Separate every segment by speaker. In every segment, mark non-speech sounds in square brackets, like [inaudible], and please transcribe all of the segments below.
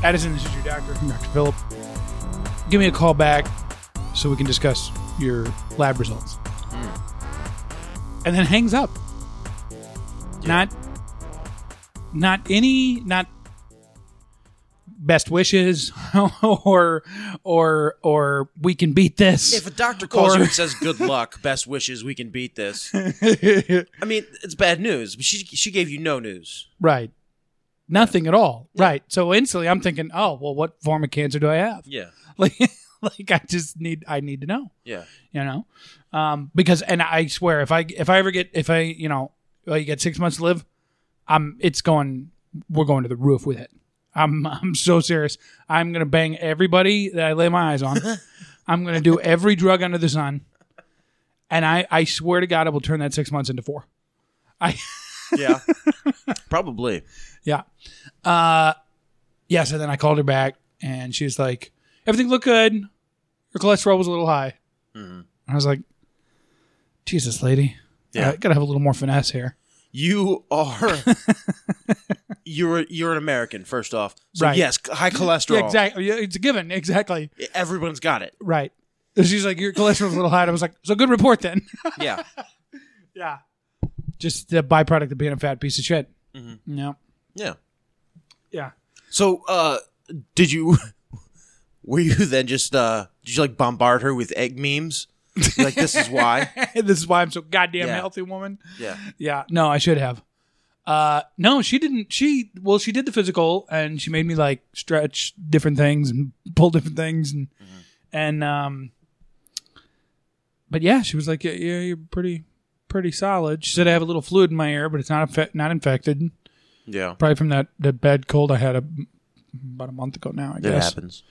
Speaker 1: Addison, this is your doctor, Dr. Phillip. Give me a call back so we can discuss your lab results. And then hangs up. [laughs] Not not any not best wishes [laughs] or or or we can beat this.
Speaker 2: If a doctor calls
Speaker 1: Or-
Speaker 2: you and says good luck, best wishes, we can
Speaker 3: [laughs]
Speaker 2: beat this. I mean, it's bad news, but she she gave you no news.
Speaker 1: Right. Nothing at all. Right. So instantly I'm thinking, oh, well, what form of cancer do I have?
Speaker 2: Yeah.
Speaker 1: [laughs] Like, like I just need, I need to know,
Speaker 2: Yeah.
Speaker 1: you know? Um, because, and I swear if I, if I ever get, if I, you know, well, you got six months to live, I'm, it's going, we're going to the roof with it. I'm, I'm so serious. I'm going to bang everybody that I lay my eyes [laughs] on. I'm going to do every drug under the sun. And I, I swear to God, I will turn that six months into four.
Speaker 3: [laughs]
Speaker 2: Yeah. Probably.
Speaker 1: Yeah. Uh yeah, so then I called her back and she was like, Everything looked good. Your cholesterol was a little high. And I was like, Jesus lady.
Speaker 2: Yeah.
Speaker 1: I gotta have a little more finesse here.
Speaker 2: You are
Speaker 1: [laughs]
Speaker 2: you're you're an American, first off. So
Speaker 1: Right.
Speaker 2: yes, high cholesterol.
Speaker 1: Yeah, exactly. Yeah, it's a given. Exactly.
Speaker 2: Everyone's got it.
Speaker 1: Right. And She's like, Your cholesterol's a little high. And I was like, So good report then.
Speaker 2: Yeah.
Speaker 1: yeah. Just the byproduct of being a fat piece of shit. Yeah.
Speaker 2: Yeah.
Speaker 1: Yeah.
Speaker 2: So uh did you [laughs] were you then just uh did you like bombard her with egg memes? You're like this is
Speaker 1: [laughs]
Speaker 2: why?
Speaker 1: [laughs] this is why I'm so goddamn
Speaker 2: Yeah.
Speaker 1: healthy, woman.
Speaker 2: Yeah.
Speaker 1: Yeah, no, I should have. Uh, no, she didn't. She well, she did the physical, and she made me like stretch different things and pull different things, and
Speaker 2: Mm-hmm.
Speaker 1: and um. But yeah, she was like, "Yeah, yeah, you're pretty, pretty solid." She said, "I have a little fluid in my ear, but it's not infe- not infected.
Speaker 2: Yeah.
Speaker 1: Probably from that that bad cold I had a, about a month ago now. I
Speaker 2: It
Speaker 1: guess.
Speaker 2: happens.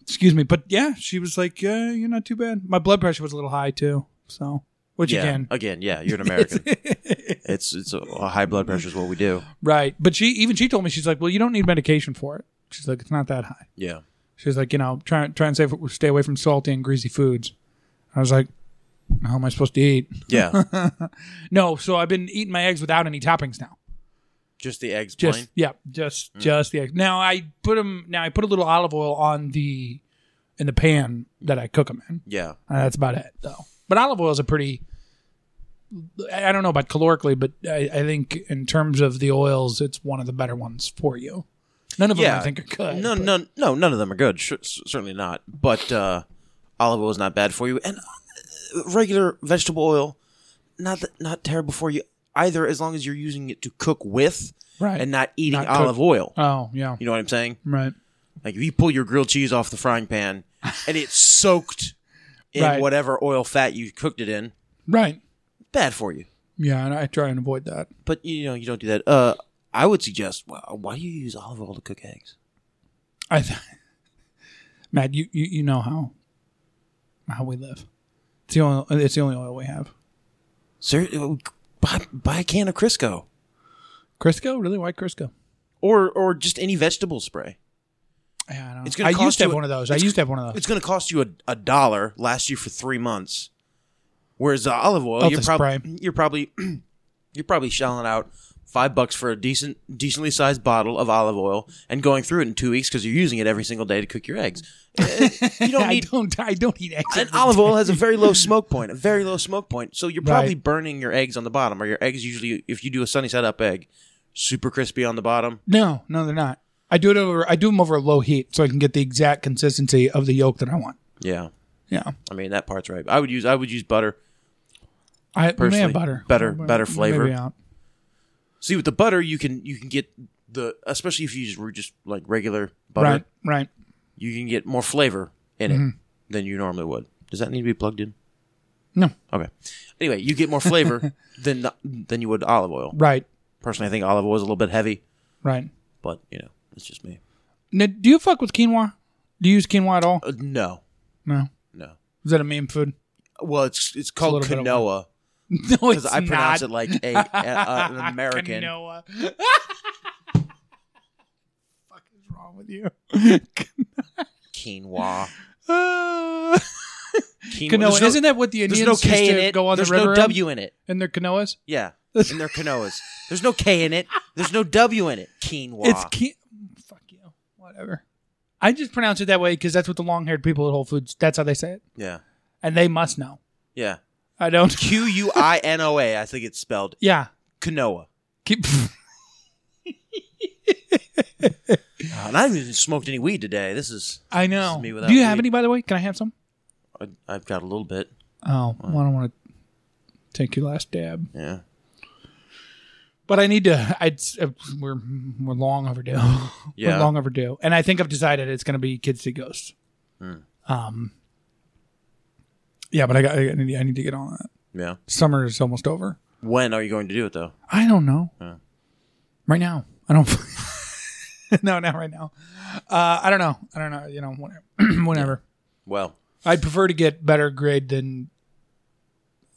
Speaker 1: Excuse me, but yeah, she was like, "Yeah, you're not too bad." My blood pressure was a little high too, so which
Speaker 2: yeah.
Speaker 1: again,
Speaker 2: yeah,
Speaker 1: [laughs]
Speaker 2: you're an American. it's it's a, a high blood pressure is what we do.
Speaker 1: Right. But she even she told me she's like, well, you don't need medication for it. She's like, it's not that high.
Speaker 2: Yeah.
Speaker 1: She's like, you know, try try and save, stay away from salty and greasy foods. I was like, how am I supposed to eat? [laughs]
Speaker 2: Yeah.
Speaker 1: No. So I've been eating my eggs without any toppings now.
Speaker 2: Just the eggs
Speaker 1: Just
Speaker 2: plain.
Speaker 1: yeah, just just the eggs. Now I put them. Now I put a little olive oil on the in the pan that I cook them in.
Speaker 2: Yeah.
Speaker 1: Uh, that's about it though. But olive oil is a pretty. I I don't know about calorically, but I, I think in terms of the oils, it's one of the better ones for you. None of them
Speaker 2: Yeah.
Speaker 1: I think are good.
Speaker 2: No,
Speaker 1: but-
Speaker 2: no, no, none of them are good. Sure, c- certainly not. But uh, olive oil is not bad for you, and uh, regular vegetable oil, not th- not terrible for you either, as long as you're using it to cook with
Speaker 1: Right.
Speaker 2: and not eating
Speaker 1: Not cook-
Speaker 2: olive oil.
Speaker 1: Oh yeah.
Speaker 2: you know what I'm saying?
Speaker 1: Right.
Speaker 2: Like if you pull your grilled cheese off the frying
Speaker 1: [laughs]
Speaker 2: pan and it's soaked in
Speaker 1: Right.
Speaker 2: whatever oil fat you cooked it in,
Speaker 1: Right.
Speaker 2: bad for you.
Speaker 1: Yeah, and I try and avoid that.
Speaker 2: But you know you don't do that. Uh, I would suggest. Well, why do you use olive oil to cook eggs?
Speaker 1: I, th- [laughs] Matt, you, you you know how how we live. It's the only it's the only oil we have.
Speaker 2: Sir, uh, buy, buy a can of Crisco.
Speaker 1: Crisco, really? Why Crisco?
Speaker 2: or or just any vegetable spray.
Speaker 1: Yeah, I, know.
Speaker 2: It's
Speaker 1: I
Speaker 2: gonna cost
Speaker 1: used to
Speaker 2: you
Speaker 1: have
Speaker 2: a-
Speaker 1: one of those. I
Speaker 2: it's-
Speaker 1: used to have one of those.
Speaker 2: It's going to cost you a, a dollar, last you for three months. Whereas the olive oil,
Speaker 1: Oh,
Speaker 2: you're,
Speaker 1: the
Speaker 2: prob-
Speaker 1: spray.
Speaker 2: you're probably [clears throat] you're probably shelling out five bucks for a decent decently sized bottle of olive oil and going through it in two weeks because you're using it every single day to cook your eggs. Eh, you don't
Speaker 1: [laughs] I
Speaker 2: need.
Speaker 1: don't I don't eat eggs.
Speaker 2: An
Speaker 1: every
Speaker 2: olive
Speaker 1: day.
Speaker 2: oil has a very
Speaker 1: [laughs]
Speaker 2: low smoke point, a very low smoke point. So you're probably
Speaker 1: Right.
Speaker 2: burning your eggs on the bottom, or your eggs usually, if you do a sunny side up egg, super crispy on the bottom.
Speaker 1: No, no, they're not. I do it over. I do them over a low heat so I can get the exact consistency of the yolk that I want.
Speaker 2: Yeah,
Speaker 1: Yeah,
Speaker 2: I mean that part's right. I would use I would use butter.
Speaker 1: I may
Speaker 2: Personally,
Speaker 1: have butter,
Speaker 2: better-
Speaker 1: But
Speaker 2: better flavor.
Speaker 1: Maybe out.
Speaker 2: See with the butter, you can you can get the especially if you use just like regular butter,
Speaker 1: Right, Mm-hmm. right.
Speaker 2: you can get more flavor in it than you normally would. Does that need to be plugged in?
Speaker 1: No,
Speaker 2: Okay. Anyway, you get more
Speaker 1: [laughs]
Speaker 2: flavor than the, than you would olive oil.
Speaker 1: right,
Speaker 2: Personally, I think olive oil is a little bit heavy.
Speaker 1: right.
Speaker 2: But you know, it's just me.
Speaker 1: Now, do you fuck with quinoa? Do you use quinoa at all?
Speaker 2: Uh, no,
Speaker 1: No.
Speaker 2: no.
Speaker 1: Is that a meme food?
Speaker 2: Well, it's it's called
Speaker 1: little bit of-
Speaker 2: quinoa
Speaker 1: [laughs] No,
Speaker 2: because I pronounce it like
Speaker 1: [laughs]
Speaker 2: a, a- a- an American.
Speaker 1: Quinoa. [laughs] fuck is wrong with you? [laughs]
Speaker 2: Quinoa.
Speaker 1: Uh,
Speaker 2: Quinoa.
Speaker 1: canoa.
Speaker 2: There's no-
Speaker 1: Isn't that what the
Speaker 2: there's
Speaker 1: Indians
Speaker 2: no K
Speaker 1: used
Speaker 2: in
Speaker 1: to
Speaker 2: it.
Speaker 1: go on
Speaker 2: there's
Speaker 1: the river
Speaker 2: no
Speaker 1: in?
Speaker 2: W in it.
Speaker 1: in their canoas? [laughs]
Speaker 2: Yeah, in their canoas. There's no K in it. There's no W in it. Quinoa.
Speaker 1: It's ki- fuck you. Whatever. I just pronounce it that way because that's what the long-haired people at Whole Foods. That's how they say it,
Speaker 2: yeah,
Speaker 1: and they must know.
Speaker 2: yeah.
Speaker 1: I don't. [laughs]
Speaker 2: Q U I N O A. I think it's spelled
Speaker 1: Yeah.
Speaker 2: quinoa.
Speaker 1: Keep. [laughs]
Speaker 2: Uh, and I haven't even smoked any weed today. This is.
Speaker 1: I know.
Speaker 2: me without
Speaker 1: Do you have
Speaker 2: weed.
Speaker 1: any, by the way? Can I have some?
Speaker 2: I, I've got a little bit.
Speaker 1: Oh, well, I don't want to take your last dab.
Speaker 2: Yeah.
Speaker 1: But I need to. I uh, we're we're long overdue. [laughs]
Speaker 2: Yeah.
Speaker 1: we're long overdue, and I think I've decided it's going to be Kids See Ghosts. Um.
Speaker 2: Hmm.
Speaker 1: Yeah, but I got. I need, I need to get on that.
Speaker 2: Yeah.
Speaker 1: Summer is almost over.
Speaker 2: When are you going to do it though?
Speaker 1: I don't know. Right now, I don't. [laughs] no, not right now. Uh, I don't know. I don't know. You know, [clears throat] whenever. whenever.
Speaker 2: Well,
Speaker 1: I'd prefer to get better grade than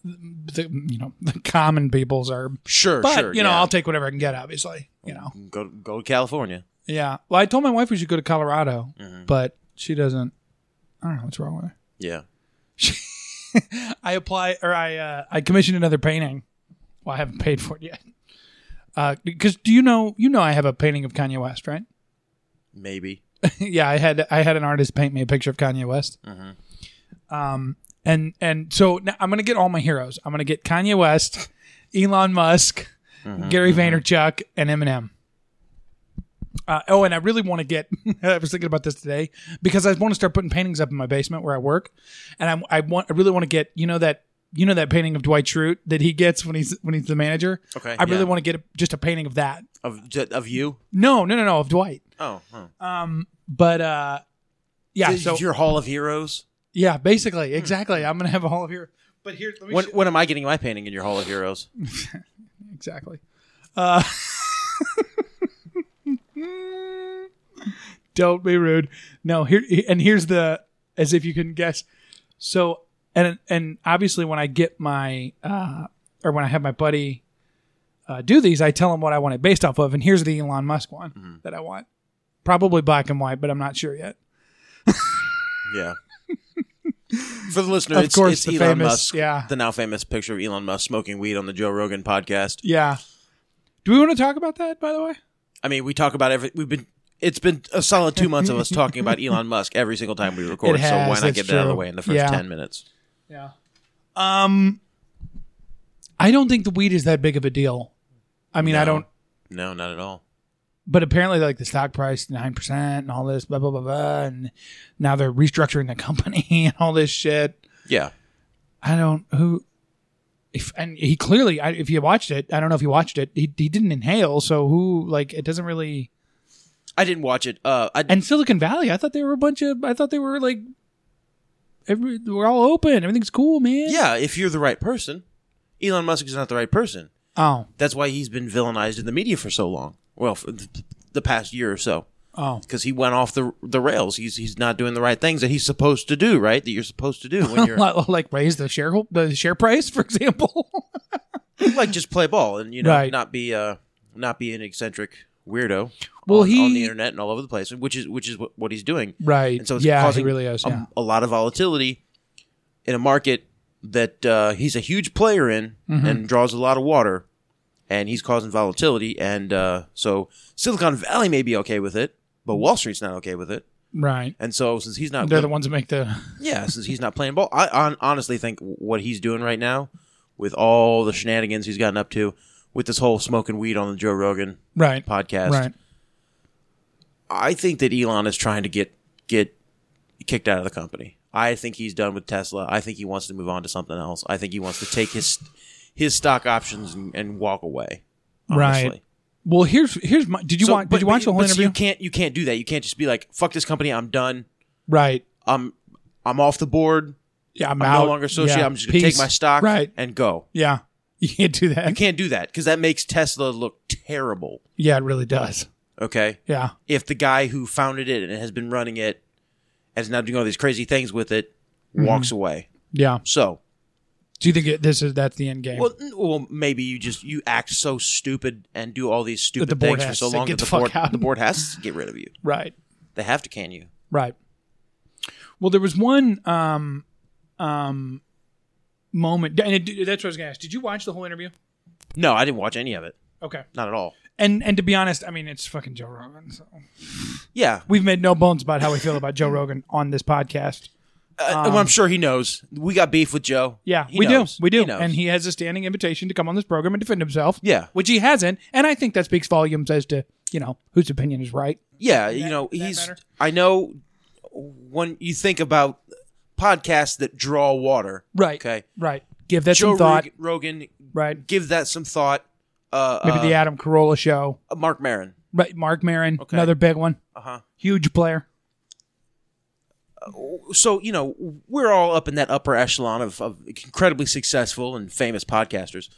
Speaker 1: the you know the common people's are.
Speaker 2: sure,
Speaker 1: But
Speaker 2: sure.
Speaker 1: you know,
Speaker 2: yeah. Mm-hmm.
Speaker 1: I'll take whatever I can get. Obviously, you know.
Speaker 2: go go to California.
Speaker 1: Yeah. Well, I told my wife we should go to Colorado,
Speaker 2: Mm-hmm.
Speaker 1: but she doesn't. I don't know what's wrong with her.
Speaker 2: Yeah.
Speaker 1: I apply or I uh, I commissioned another painting. Well, I haven't paid for it yet. Uh, because do you know you know I have a painting of Kanye West, right?
Speaker 2: Maybe.
Speaker 1: yeah, I had I had an artist paint me a picture of Kanye West. Um,
Speaker 2: Mm-hmm.
Speaker 1: and and so now I'm gonna get all my heroes. I'm gonna get Kanye West, Elon Musk,
Speaker 2: Mm-hmm.
Speaker 1: Gary Vaynerchuk, and Eminem. Uh, oh, and I really want to get. [laughs] I was thinking about this today because I want to start putting paintings up in my basement where I work, and I, I want I really want to get you know that you know that painting of Dwight Schrute that he gets when he's when he's the manager.
Speaker 2: Okay,
Speaker 1: I really
Speaker 2: yeah.
Speaker 1: want to get a, just a painting of that.
Speaker 2: Of ju- of you?
Speaker 1: No, no, no, no, of Dwight.
Speaker 2: Oh. huh.
Speaker 1: But uh, yeah,
Speaker 2: This is
Speaker 1: so
Speaker 2: your Hall of Heroes.
Speaker 1: Yeah, basically, exactly. I'm gonna have a hall of here. But here, let me
Speaker 2: When
Speaker 1: sh-
Speaker 2: when am I getting my painting in your Hall of Heroes?
Speaker 1: exactly. Uh, [laughs] don't be rude. No, here and here's the as if you can guess. So and and obviously when I get my uh, or when I have my buddy uh, do these, I tell him what I want it based off of, and here's the Elon Musk one that I want. Probably black and white, but I'm not sure yet. [laughs]
Speaker 2: Yeah. For the listener,
Speaker 1: Of
Speaker 2: it's,
Speaker 1: course,
Speaker 2: it's
Speaker 1: the
Speaker 2: Elon
Speaker 1: famous-
Speaker 2: Musk,
Speaker 1: yeah.
Speaker 2: the now famous picture of Elon Musk smoking weed on the Joe Rogan podcast.
Speaker 1: Yeah. Do we want to talk about that? By the way.
Speaker 2: I mean, we talk about every. We've been. It's been a solid two months of us talking
Speaker 1: [laughs]
Speaker 2: about Elon Musk every single time we record.
Speaker 1: It
Speaker 2: so why
Speaker 1: has,
Speaker 2: not
Speaker 1: that's
Speaker 2: get that out of the
Speaker 1: true.
Speaker 2: way in the first
Speaker 1: Yeah.
Speaker 2: ten minutes?
Speaker 1: Yeah. Um, I don't think the weed is that big of a deal. I mean,
Speaker 2: No.
Speaker 1: I don't.
Speaker 2: No, not at all.
Speaker 1: But apparently, like the stock price, nine percent, and all this, blah blah blah blah, and now they're restructuring the company [laughs] and all this shit.
Speaker 2: Yeah.
Speaker 1: I don't who. If and he clearly, I, if you watched it, I don't know if you watched it. He he didn't inhale, so who like it doesn't really.
Speaker 2: I didn't watch it. Uh, I,
Speaker 1: And Silicon Valley, I thought they were a bunch of. I thought they were like. Every, we're all open. Everything's cool, man.
Speaker 2: yeah, if you're the right person, Elon Musk is not the right person.
Speaker 1: Oh.
Speaker 2: That's why he's been villainized in the media for so long. Well, for th- the past year or so,
Speaker 1: Oh.
Speaker 2: because he went off the the rails. He's he's not doing the right things that he's supposed to do. Right, that you're supposed to do when
Speaker 1: [laughs]
Speaker 2: you're
Speaker 1: like, like raise the share the share price, [laughs] for example.
Speaker 2: like just play ball and you know
Speaker 1: Right.
Speaker 2: not be uh not be an eccentric weirdo.
Speaker 1: Well,
Speaker 2: on, on the
Speaker 1: he-
Speaker 2: internet and all over the place, which is which is what, what he's doing.
Speaker 1: right.
Speaker 2: And so it's
Speaker 1: yeah,
Speaker 2: causing
Speaker 1: he really is.
Speaker 2: a,
Speaker 1: yeah.
Speaker 2: a lot of volatility in a market that uh, he's a huge player in
Speaker 1: Mm-hmm.
Speaker 2: and draws a lot of water, and he's causing volatility. And uh, so Silicon Valley may be okay with it, but Wall Street's not okay with it.
Speaker 1: Right.
Speaker 2: And so since he's not,
Speaker 1: They're the ones that make the
Speaker 2: yeah, since he's not playing ball, I on, honestly think what he's doing right now, with all the shenanigans he's gotten up to, with this whole smoking weed on the Joe Rogan
Speaker 1: right
Speaker 2: podcast,
Speaker 1: Right.
Speaker 2: I think that Elon is trying to get get kicked out of the company. I think he's done with Tesla. I think he wants to move on to something else. I think he wants to take his his stock options and, and walk away. Honestly.
Speaker 1: Right. Well, here's here's my. Did you
Speaker 2: So-
Speaker 1: watch? Did
Speaker 2: but-
Speaker 1: you
Speaker 2: but-
Speaker 1: watch the whole
Speaker 2: but see,
Speaker 1: interview?
Speaker 2: You can't you can't do that. You can't just be like, "Fuck this company. I'm done.
Speaker 1: right.
Speaker 2: I'm I'm off the board.
Speaker 1: Yeah. I'm,
Speaker 2: I'm
Speaker 1: out.
Speaker 2: no longer associated.
Speaker 1: Yeah.
Speaker 2: I'm just gonna take
Speaker 1: Peace.
Speaker 2: my stock
Speaker 1: Right.
Speaker 2: and go."
Speaker 1: Yeah. [laughs] You can't do that.
Speaker 2: You can't do that because that makes Tesla look terrible.
Speaker 1: Yeah, it really does.
Speaker 2: Okay.
Speaker 1: Yeah.
Speaker 2: If the guy who founded it and has been running it and is now doing all these crazy things with it
Speaker 1: Mm-hmm.
Speaker 2: walks away.
Speaker 1: Yeah.
Speaker 2: So,
Speaker 1: Do you think it, this is that's the end game?
Speaker 2: well, n- well, maybe you just you act so stupid and do all these stupid
Speaker 1: the board
Speaker 2: things for
Speaker 1: has
Speaker 2: so
Speaker 1: to
Speaker 2: long
Speaker 1: get
Speaker 2: that
Speaker 1: the
Speaker 2: the,
Speaker 1: fuck
Speaker 2: board
Speaker 1: out.
Speaker 2: the board has to get rid of you.
Speaker 1: right.
Speaker 2: They have to can you.
Speaker 1: Right. Well, there was one um, um, moment, and it, that's what I was gonna ask. Did you watch the whole interview?
Speaker 2: No, I didn't watch any of it.
Speaker 1: Okay.
Speaker 2: Not at all.
Speaker 1: And and to be honest, I mean, it's fucking Joe Rogan. So.
Speaker 2: Yeah, uh,
Speaker 1: We've made no bones about how we feel about Joe Rogan on this podcast.
Speaker 2: Uh, well, I'm sure he knows. We got beef with Joe.
Speaker 1: Um, Yeah,
Speaker 2: He
Speaker 1: we
Speaker 2: knows.
Speaker 1: do. We do.
Speaker 2: knows.
Speaker 1: and he has a standing invitation to come on this program and defend himself.
Speaker 2: Yeah.
Speaker 1: Which he hasn't. And I think that speaks volumes as to, you know, whose opinion is right.
Speaker 2: yeah, you know, he's.
Speaker 1: matter?
Speaker 2: I know when you think about podcasts that draw water,
Speaker 1: Right.
Speaker 2: Okay,
Speaker 1: Right. Give that
Speaker 2: Joe
Speaker 1: some thought.
Speaker 2: Rog- Rogan,
Speaker 1: Right.
Speaker 2: give that some thought. Uh,
Speaker 1: Maybe
Speaker 2: uh,
Speaker 1: the Adam Carolla show.
Speaker 2: Mark Maron.
Speaker 1: Right. Mark Marin, another big one.
Speaker 2: Uh huh.
Speaker 1: Huge player.
Speaker 2: So you know, we're all up in that upper echelon of, of incredibly successful and famous podcasters.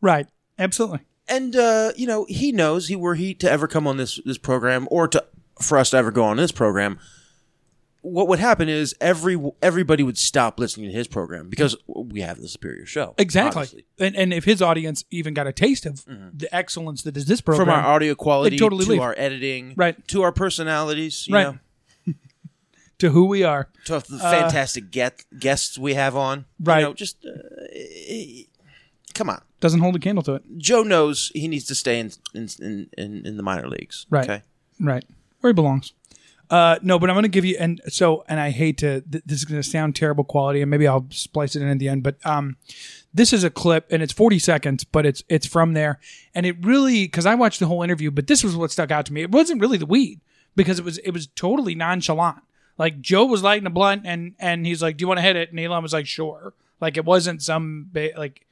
Speaker 1: Right. Absolutely.
Speaker 2: and uh, you know he knows he were he to ever come on this this program or to for us to ever go on this program what would happen is every everybody would stop listening to his program because we have the superior show
Speaker 1: Exactly.
Speaker 2: obviously. Mm-hmm.
Speaker 1: And, and if his audience even got a taste of the excellence that is this program.
Speaker 2: from our audio quality
Speaker 1: They'd totally
Speaker 2: to
Speaker 1: leave.
Speaker 2: our editing
Speaker 1: Right.
Speaker 2: to our personalities you
Speaker 1: Right.
Speaker 2: know
Speaker 1: to who we are.
Speaker 2: to the fantastic get, guests we have on
Speaker 1: Right.
Speaker 2: you know just uh, eh, come on
Speaker 1: Doesn't hold a candle to it.
Speaker 2: joe knows he needs to stay in in in, in, in the minor leagues
Speaker 1: Right.
Speaker 2: okay
Speaker 1: Right. Where he belongs. Uh, no, but I'm going to give you and so and I hate to th- this is going to sound terrible quality and maybe I'll splice it in at the end, but um this is a clip and it's 40 seconds, but it's it's from there and it really cuz I watched the whole interview, but this was what stuck out to me. It wasn't really the weed because it was it was totally nonchalant. Like Joe was lighting a blunt and and he's like, "Do you want to hit it?" And Elon was like, "Sure." Like it wasn't some ba- like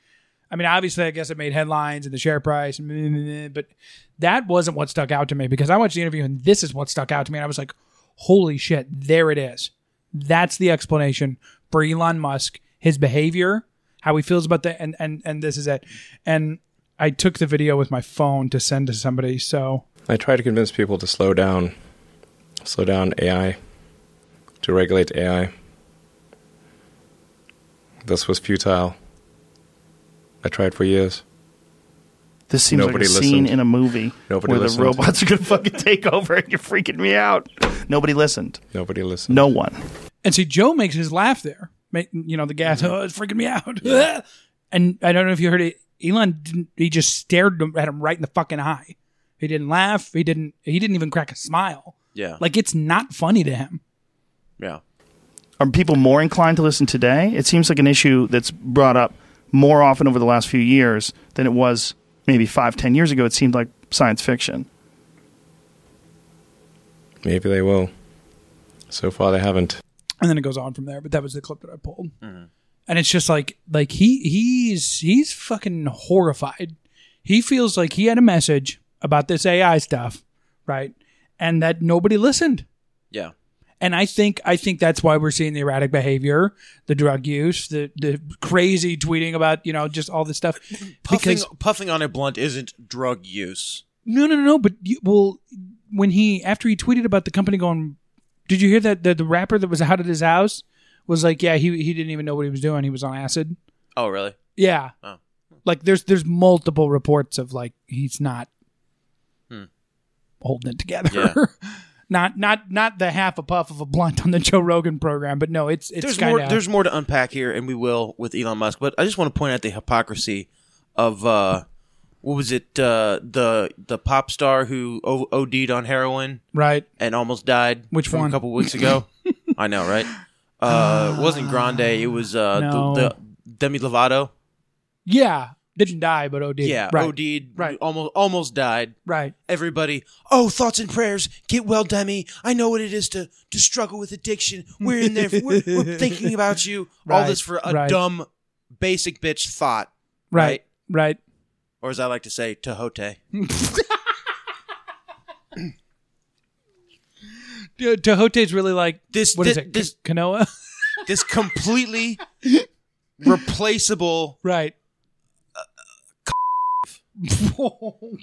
Speaker 1: I mean, obviously, I guess it made headlines and the share price, and meh, meh, meh, but that wasn't what stuck out to me because I watched the interview and this is what stuck out to me. And I was like, holy shit, there it is. That's the explanation for Elon Musk, his behavior, how he feels about that, and, and, and this is it. And I took the video with my phone to send to somebody. So,
Speaker 4: I try to convince people to slow down, slow down AI, to regulate AI. This was futile. I tried for years.
Speaker 5: This seems
Speaker 4: Nobody
Speaker 5: like a
Speaker 4: listened.
Speaker 5: scene in a movie
Speaker 4: Nobody
Speaker 5: where
Speaker 4: listened.
Speaker 5: the robots are going to fucking take [laughs] over and you're freaking me out. Nobody listened.
Speaker 4: Nobody listened.
Speaker 5: No one.
Speaker 1: and see, Joe makes his laugh there. Ma- You know, the gas, oh, it's freaking me out. [laughs] and I don't know if you heard it. Elon didn't, he just stared at him right in the fucking eye. He didn't laugh. He didn't, he didn't even crack a smile.
Speaker 2: yeah
Speaker 1: Like it's not funny to him.
Speaker 2: yeah
Speaker 5: Are people more inclined to listen today? It seems like an issue that's brought up more often over the last few years than it was maybe five, ten years ago. It seemed like science fiction.
Speaker 4: Maybe they will. So far, they haven't.
Speaker 1: and then it goes on from there. But that was the clip that I pulled, and it's just like like he he's he's fucking horrified. He feels like he had a message about this AI stuff, right? And that nobody listened.
Speaker 2: yeah
Speaker 1: And I think I think that's why we're seeing the erratic behavior, the drug use, the the crazy tweeting about you know just all this stuff.
Speaker 2: puffing
Speaker 1: because
Speaker 2: puffing on a blunt isn't drug use.
Speaker 1: no no no, no but you, well when he after he tweeted about the company going, did you hear that the, the rapper that was out at his house was like yeah he he didn't even know what he was doing he was on acid.
Speaker 2: Oh, really?
Speaker 1: Yeah.
Speaker 2: Oh.
Speaker 1: Like there's there's multiple reports of like he's not
Speaker 2: Hmm.
Speaker 1: holding it together. [laughs] not not not the half a puff of a blunt on the Joe Rogan program, but no, it's it's
Speaker 2: There's
Speaker 1: kind
Speaker 2: more.
Speaker 1: of
Speaker 2: There's more to unpack here, and we will with Elon Musk. But I just want to point out the hypocrisy of uh, what was it? Uh, the the pop star who o- OD'd on heroin
Speaker 1: right.
Speaker 2: and almost died.
Speaker 1: Which
Speaker 2: from
Speaker 1: one?
Speaker 2: A couple weeks
Speaker 1: [laughs]
Speaker 2: ago. I know, right? Uh,
Speaker 1: [sighs]
Speaker 2: it wasn't Grande. It was uh,
Speaker 1: No.
Speaker 2: the, the Demi Lovato.
Speaker 1: Yeah, didn't die, but OD.
Speaker 2: Yeah,
Speaker 1: right,
Speaker 2: OD'd.
Speaker 1: Right.
Speaker 2: Almost almost died.
Speaker 1: right.
Speaker 2: everybody, oh, thoughts and prayers, get well, Demi. I know what it is to to struggle with addiction. We're in there. We're, we're
Speaker 1: [laughs]
Speaker 2: thinking about you. All
Speaker 1: Right,
Speaker 2: this for a
Speaker 1: right.
Speaker 2: dumb, basic bitch thought,
Speaker 1: right, right,
Speaker 2: or as I like to say, tehote.
Speaker 1: right. Tejote's really like
Speaker 2: This
Speaker 1: what is
Speaker 2: thi-
Speaker 1: it?
Speaker 2: this
Speaker 1: Canoa.
Speaker 2: this
Speaker 1: [laughs]
Speaker 2: completely replaceable
Speaker 1: right.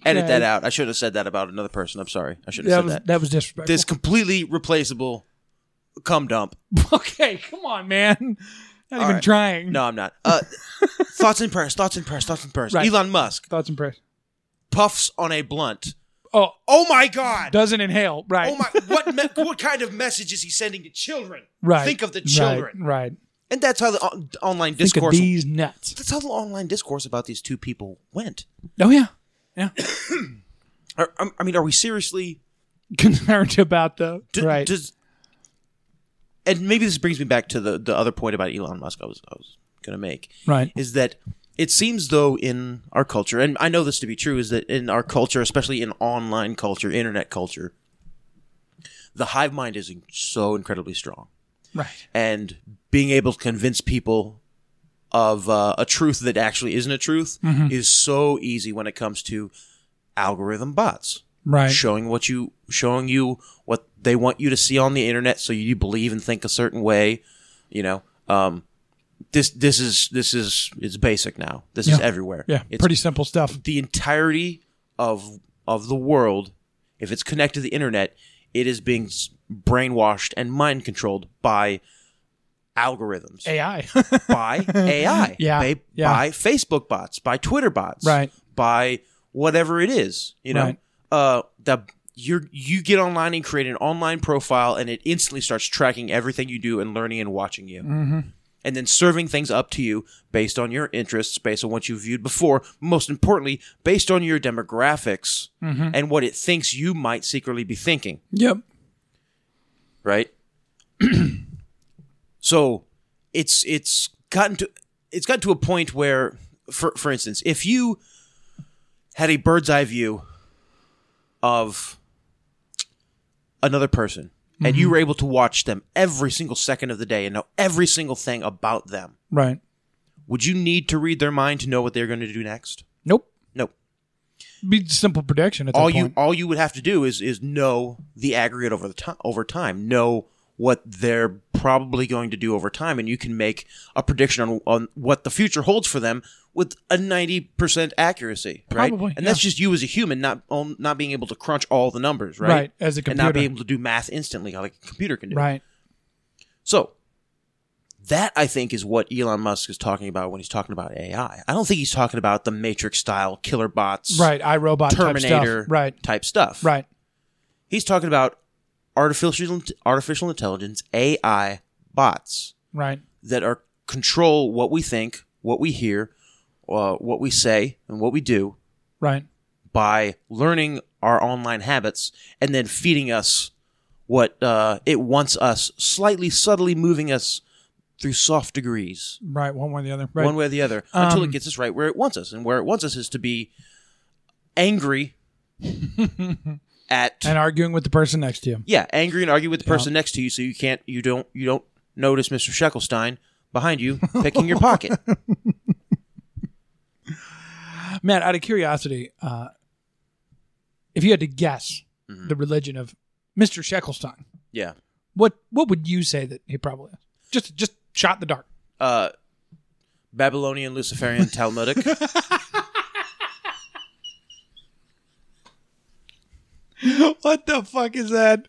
Speaker 2: Edit that out. I should have said that about another person. I'm sorry. I should have
Speaker 1: That
Speaker 2: said
Speaker 1: was
Speaker 2: that.
Speaker 1: that was disrespectful.
Speaker 2: This completely replaceable cum dump.
Speaker 1: [laughs] okay, come on, man. Not even
Speaker 2: right.
Speaker 1: trying.
Speaker 2: No, I'm not. Uh, thoughts and prayers. Thoughts and prayers. Thoughts and prayers.
Speaker 1: Right.
Speaker 2: Elon Musk
Speaker 1: Thoughts and prayers.
Speaker 2: puffs on a blunt.
Speaker 1: Oh,
Speaker 2: Oh my god.
Speaker 1: doesn't inhale. Right.
Speaker 2: Oh my! What me- what kind of message is he sending to children?
Speaker 1: Right.
Speaker 2: Think of the
Speaker 1: Right.
Speaker 2: children,
Speaker 1: Right.
Speaker 2: and that's how the on- online
Speaker 1: Think of
Speaker 2: discourse.
Speaker 1: these nuts.
Speaker 2: That's how the online discourse about these two people went.
Speaker 1: Oh yeah. [laughs]
Speaker 2: Are, um, I, I mean, are we seriously?
Speaker 1: Concerned about the
Speaker 2: d-
Speaker 1: right.
Speaker 2: Does, and maybe this brings me back to the the other point about Elon Musk. I was I was gonna make
Speaker 1: Right.
Speaker 2: is that it seems though in our culture, and I know this to be true, is that in our culture, especially in online culture, internet culture, the hive mind is in- so incredibly strong.
Speaker 1: right.
Speaker 2: and being able to convince people of uh, a truth that actually isn't a truth
Speaker 1: Mm-hmm.
Speaker 2: is so easy when it comes to algorithm bots
Speaker 1: Right.
Speaker 2: showing what you showing you what they want you to see on the internet so you believe and think a certain way you know um this this is this is it's basic now this is
Speaker 1: Yeah.
Speaker 2: everywhere
Speaker 1: Yeah.
Speaker 2: it's
Speaker 1: pretty simple stuff.
Speaker 2: the entirety of of the world, if it's connected to the internet, it is being s- brainwashed and mind controlled by algorithms,
Speaker 1: AI.
Speaker 2: by AI,
Speaker 1: [laughs] Yeah,
Speaker 2: by,
Speaker 1: yeah.
Speaker 2: by Facebook bots, by Twitter bots,
Speaker 1: Right.
Speaker 2: by whatever it is, you know,
Speaker 1: Right.
Speaker 2: uh, the you you get online and create an online profile, and it instantly starts tracking everything you do and learning and watching you
Speaker 1: Mm-hmm.
Speaker 2: and then serving things up to you based on your interests, based on what you viewed before, most importantly, based on your demographics
Speaker 1: Mm-hmm.
Speaker 2: and what it thinks you might secretly be thinking,
Speaker 1: [laughs] yep.
Speaker 2: right? [clears throat] so it's it's gotten to it's gotten to a point where for for instance, if you had a bird's eye view of another person and you were able to watch them every single second of the day and know every single thing about them
Speaker 1: Right.
Speaker 2: would you need to read their mind to know what they're going to do next?
Speaker 1: Nope.
Speaker 2: Nope.
Speaker 1: Be simple prediction. At
Speaker 2: All
Speaker 1: that
Speaker 2: you
Speaker 1: point.
Speaker 2: all you would have to do is is know the aggregate over the time over time, know what they're probably going to do over time, and you can make a prediction on on what the future holds for them with a ninety percent accuracy, right?
Speaker 1: Probably,
Speaker 2: and that's
Speaker 1: yeah.
Speaker 2: just you as a human not on- not being able to crunch all the numbers, right?
Speaker 1: Right, as a
Speaker 2: and not being
Speaker 1: computer.
Speaker 2: able to do math instantly like a computer can do.
Speaker 1: Right.
Speaker 2: So that I think is what Elon Musk is talking about when he's talking about AI. I don't think he's talking about the Matrix style killer bots,
Speaker 1: Right. iRobot type
Speaker 2: Terminator,
Speaker 1: stuff. Right.
Speaker 2: type stuff.
Speaker 1: Right.
Speaker 2: He's talking about artificial artificial intelligence AI bots
Speaker 1: Right.
Speaker 2: that are control what we think, what we hear, uh, what we say, and what we do
Speaker 1: Right.
Speaker 2: by learning our online habits and then feeding us what uh, it wants us, slightly subtly moving us through soft degrees,
Speaker 1: Right. One way or the other. Right.
Speaker 2: one way or the other, until
Speaker 1: Um,
Speaker 2: it gets us right where it wants us. And where it wants us is to be
Speaker 1: [laughs]
Speaker 2: angry at
Speaker 1: and arguing with the person next to you.
Speaker 2: yeah, angry and argue with the person next to you, so you can't, you don't, you don't notice Mr. Sheckelstein behind you picking your pocket.
Speaker 1: [laughs] Matt, out of curiosity, uh, if you had to guess the religion of Mr. Sheckelstein,
Speaker 2: Yeah,
Speaker 1: what what would you say that he probably is? Just just shot in the dark.
Speaker 2: uh, Babylonian, Luciferian,
Speaker 1: [laughs]
Speaker 2: Talmudic.
Speaker 1: what the fuck is that?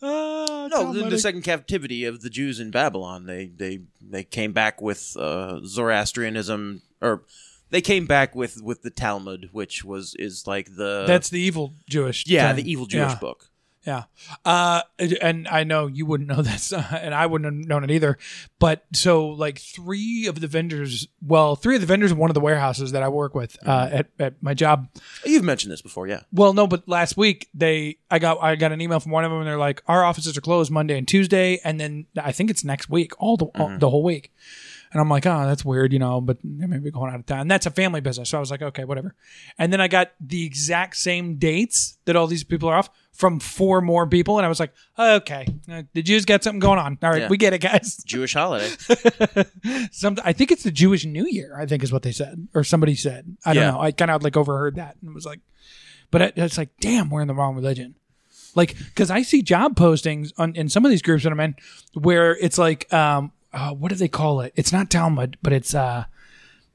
Speaker 2: No, the, the second captivity of the Jews in Babylon. They they they came back with uh, Zoroastrianism, or they came back with with the Talmud, which was is like the
Speaker 1: Uh, That's the evil Jewish.
Speaker 2: yeah
Speaker 1: thing.
Speaker 2: the evil Jewish
Speaker 1: Yeah.
Speaker 2: book.
Speaker 1: Yeah. Uh, and I know you wouldn't know [laughs] this, and I wouldn't have known it either. But so, like, three of the vendors, well, three of the vendors in one of the warehouses that I work with uh, at, at my job.
Speaker 2: You've mentioned this before, yeah.
Speaker 1: Well, no, but last week they, I got, I got an email from one of them, and they're like, our offices are closed Monday and Tuesday, and then I think it's next week, all the all, the whole week. And I'm like, oh, that's weird, you know, but maybe going out of town. And that's a family business, so I was like, okay, whatever. And then I got the exact same dates that all these people are off from four more people, and I was like, okay, uh, the Jews got something going on. All right,
Speaker 2: Yeah.
Speaker 1: we get it, guys.
Speaker 2: Jewish
Speaker 1: [laughs]
Speaker 2: holiday.
Speaker 1: Some, I think it's the Jewish New Year. I think is what they said, or somebody said. I don't
Speaker 2: Yeah.
Speaker 1: know. I kind of like overheard that and was like, but it, it's like, damn, we're in the wrong religion. Like, because I see job postings on in some of these groups that I'm in where it's like, um, uh, what do they call it? It's not Talmud, but it's uh,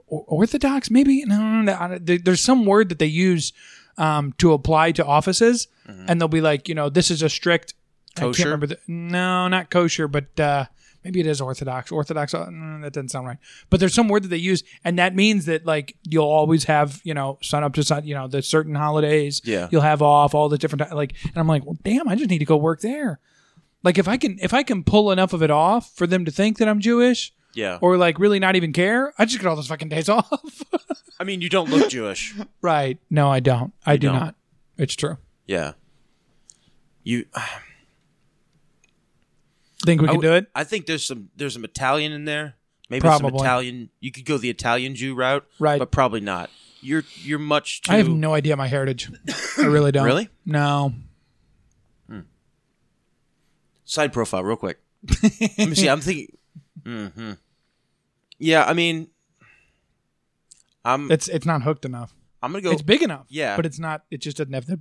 Speaker 1: or- orthodox, maybe no, no, no, no. There- There's some word that they use um, to apply to offices, and they'll be like, you know, this is a strict. I
Speaker 2: Kosher?
Speaker 1: can't remember. The, no, not kosher, but uh, maybe it is orthodox. Orthodox. Uh, mm, that doesn't sound right. But there's some word that they use, and that means that like you'll always have you know sun up to sun. You know the certain holidays.
Speaker 2: Yeah.
Speaker 1: You'll have off all the different ti- like, and I'm like, well, damn, I just need to go work there. Like if I can if I can pull enough of it off for them to think that I'm Jewish,
Speaker 2: Yeah.
Speaker 1: or like really not even care, I just get all those fucking days [laughs] off.
Speaker 2: I mean, you don't look
Speaker 1: [laughs]
Speaker 2: Jewish.
Speaker 1: right? No, I don't. I do
Speaker 2: don't.
Speaker 1: not. It's true.
Speaker 2: Yeah. You
Speaker 1: Think we
Speaker 2: I
Speaker 1: can
Speaker 2: w-
Speaker 1: do it?
Speaker 2: I think there's some there's some Italian in there. Maybe some
Speaker 1: Probably.
Speaker 2: Italian. You could go the Italian Jew route,
Speaker 1: Right.
Speaker 2: But probably not. You're you're much too.
Speaker 1: I have no idea my heritage. I really don't.
Speaker 2: Really?
Speaker 1: No.
Speaker 2: side profile real quick. [laughs] Let me see. I'm thinking. hmm Yeah, I mean, I'm
Speaker 1: It's it's not hooked enough.
Speaker 2: I'm gonna go.
Speaker 1: It's big enough.
Speaker 2: Mm. Yeah.
Speaker 1: But it's not. It just doesn't have the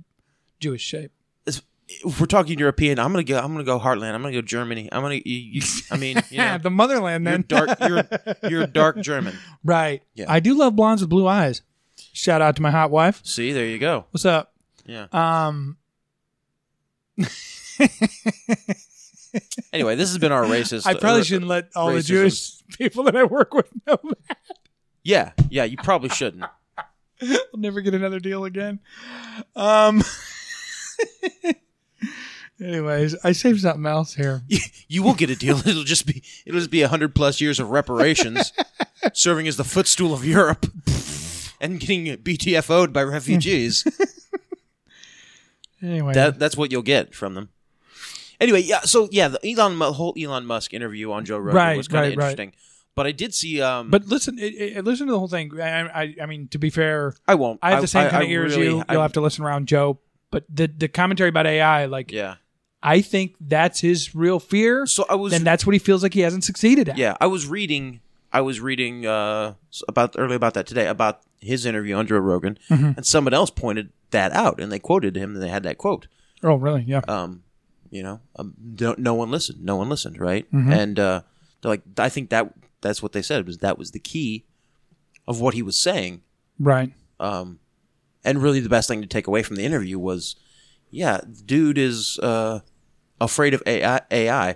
Speaker 1: Jewish shape.
Speaker 2: it's- if we're talking European, I'm gonna go. I'm gonna go Heartland. I'm gonna go Germany. I'm gonna. You, you, I mean, you
Speaker 1: Yeah,
Speaker 2: know,
Speaker 1: the motherland
Speaker 2: you're
Speaker 1: [laughs] then.
Speaker 2: dark. You're you're dark German.
Speaker 1: [laughs] right.
Speaker 2: Yeah.
Speaker 1: I do love blondes with blue eyes. Shout out to my hot wife.
Speaker 2: See, there you go.
Speaker 1: What's up?
Speaker 2: Yeah.
Speaker 1: Um.
Speaker 2: Anyway, this has been our racist.
Speaker 1: [laughs] I probably
Speaker 2: uh,
Speaker 1: shouldn't let all the
Speaker 2: racism.
Speaker 1: Jewish [laughs] people that I work with [laughs] know that.
Speaker 2: Yeah, yeah. You probably shouldn't.
Speaker 1: I'll never get another deal again. Um. [laughs] anyways, I saved something else here.
Speaker 2: You will get a deal. [laughs] It'll just be it'll just be hundred plus years of
Speaker 1: [laughs]
Speaker 2: reparations, serving as the footstool of Europe, [laughs] and getting BTFO'd by
Speaker 1: [laughs]
Speaker 2: refugees.
Speaker 1: Anyway,
Speaker 2: that that's what you'll get from them. Anyway, yeah. So yeah, the Elon Mu- whole Elon Musk interview on Joe Rogan
Speaker 1: Right,
Speaker 2: was kind
Speaker 1: right,
Speaker 2: of
Speaker 1: right.
Speaker 2: interesting. But I did see. Um,
Speaker 1: but listen, i i listen to the whole thing. I, I, I mean, to be fair,
Speaker 2: I won't.
Speaker 1: I have the same
Speaker 2: I-
Speaker 1: kind
Speaker 2: I
Speaker 1: of ear
Speaker 2: really-
Speaker 1: as you.
Speaker 2: I-
Speaker 1: You'll have to listen around Joe. But the the commentary about AI, like,
Speaker 2: Yeah.
Speaker 1: I think that's his real fear.
Speaker 2: So I was-
Speaker 1: then that's what he feels like he hasn't succeeded at.
Speaker 2: Yeah, I was reading. I was reading uh, s- about earlier about that today about his interview on Joe Rogan,
Speaker 1: Mm-hmm.
Speaker 2: and someone else pointed that out, and they quoted him, and they had that quote.
Speaker 1: Oh, really? Yeah.
Speaker 2: Um, you know, um, no, no one listened. No one listened, right? And uh, they're like, I think that that's what they said was that was the key of what he was saying.
Speaker 1: right.
Speaker 2: Um, and really, the best thing to take away from the interview was, yeah, the dude is uh, afraid of AI, AI.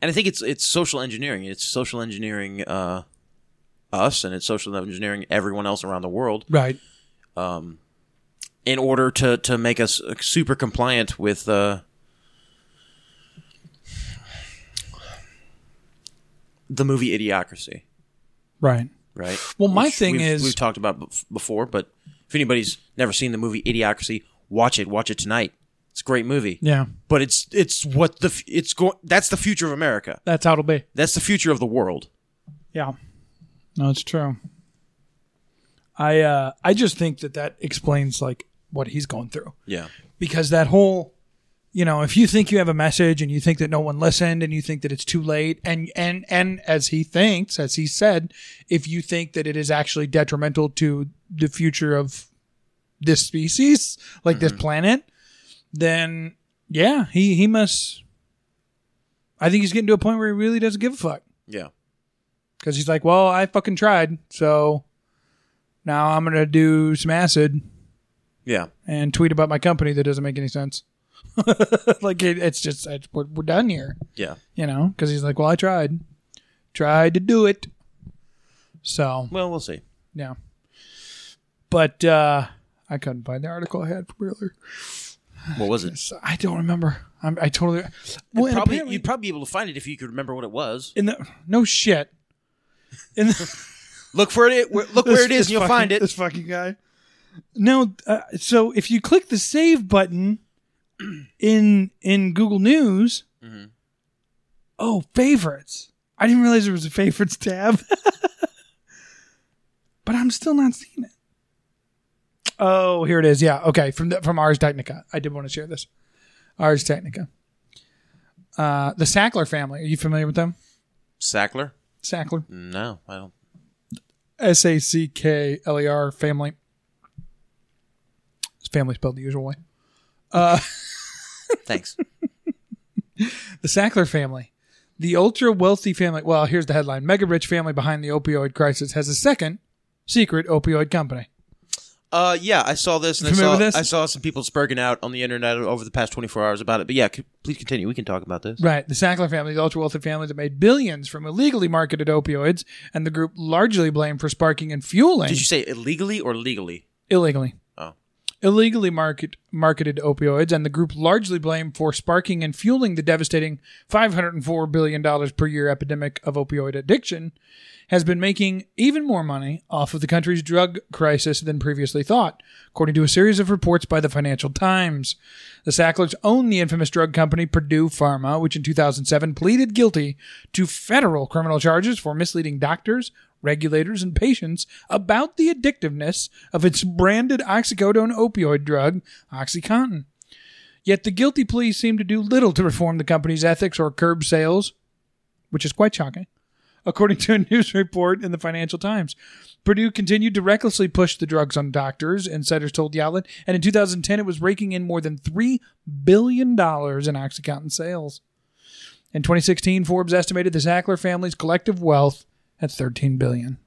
Speaker 2: And I think it's it's social engineering. It's social engineering uh, us, and it's social engineering everyone else around the world
Speaker 1: Right.
Speaker 2: in order to to make us uh, super compliant with. Uh, The movie Idiocracy,
Speaker 1: Right.
Speaker 2: right?
Speaker 1: Well, my thing
Speaker 2: we've-
Speaker 1: is-
Speaker 2: we've talked about bef- before, but if anybody's never seen the movie Idiocracy, watch it. Watch it tonight. It's a great movie.
Speaker 1: Yeah.
Speaker 2: but it's it's what the f- it's going. That's the future of America.
Speaker 1: That's how it'll be.
Speaker 2: That's the future of the world.
Speaker 1: Yeah. No, it's true. I uh I just think that that explains like what he's going through
Speaker 2: Yeah,
Speaker 1: because that whole you know, if you think you have a message and you think that no one listened and you think that it's too late and and and as he thinks, as he said, if you think that it is actually detrimental to the future of this species, like this planet, then yeah, he he must I think he's getting to a point where he really doesn't give a fuck
Speaker 2: yeah,
Speaker 1: because he's like, well, I fucking tried, so now I'm gonna do some acid
Speaker 2: yeah.
Speaker 1: and tweet about my company that doesn't make any sense. [laughs] like it, it's just it's, we're, we're done here,
Speaker 2: Yeah.
Speaker 1: you know? Because he's like, well, I tried, tried to do it, so
Speaker 2: Well, we'll see.
Speaker 1: yeah. But uh I couldn't find the article I had from earlier.
Speaker 2: What was it?
Speaker 1: So I don't remember. I'm, I totally well, and
Speaker 2: probably,
Speaker 1: apparently-
Speaker 2: you'd probably be able to find it if you could remember what it was.
Speaker 1: in the no shit in the.
Speaker 2: Look for it. Look where it is,
Speaker 1: This- this
Speaker 2: and you'll
Speaker 1: fucking-
Speaker 2: find
Speaker 1: This
Speaker 2: it.
Speaker 1: fucking guy. No, uh, so if you click the save button [clears throat] in in Google News,
Speaker 2: Mm-hmm.
Speaker 1: oh favorites. I didn't realize there was a favorites tab, [laughs] but I'm still not seeing it. Oh, here it is. Yeah, okay. From the, from Ars Technica, I did want to share this. Ars Technica. Uh, the Sackler family. Are you familiar with them?
Speaker 2: Sackler?
Speaker 1: Sackler.
Speaker 2: No, I don't.
Speaker 1: S A C K L E R family. It's family spelled the usual way.
Speaker 2: Thanks.
Speaker 1: The Sackler family. The ultra wealthy family. Well, here's the headline: Mega rich family behind the opioid crisis has a second secret opioid company.
Speaker 2: [laughs] Uh, yeah, I saw this. And I
Speaker 1: Familiar
Speaker 2: saw,
Speaker 1: with this?
Speaker 2: I saw some people spurging out on the internet over the past 24 hours about it. But yeah, c- please continue. We can talk about this.
Speaker 1: Right. The Sackler family, the ultra wealthy family that made billions from illegally marketed opioids, and the group largely blamed for sparking and fueling
Speaker 2: Did you say illegally or legally?
Speaker 1: illegally.
Speaker 2: Oh.
Speaker 1: Illegally market, marketed opioids, and the group largely blamed for sparking and fueling the devastating $504 billion per year epidemic of opioid addiction, has been making even more money off of the country's drug crisis than previously thought, according to a series of reports by the Financial Times. The Sacklers own the infamous drug company Purdue Pharma, which in 2007 pleaded guilty to federal criminal charges for misleading doctors, regulators, and patients about the addictiveness of its branded oxycodone opioid drug, OxyContin. Yet the guilty plea seemed to do little to reform the company's ethics or curb sales, which is quite shocking. According to a news report in the Financial Times, Purdue continued to recklessly push the drugs on doctors, insiders told the outlet, and in 2010 it was raking in more than $3 billion in OxyContin sales. In 2016, Forbes estimated the Sackler family's collective wealth at 13 billion.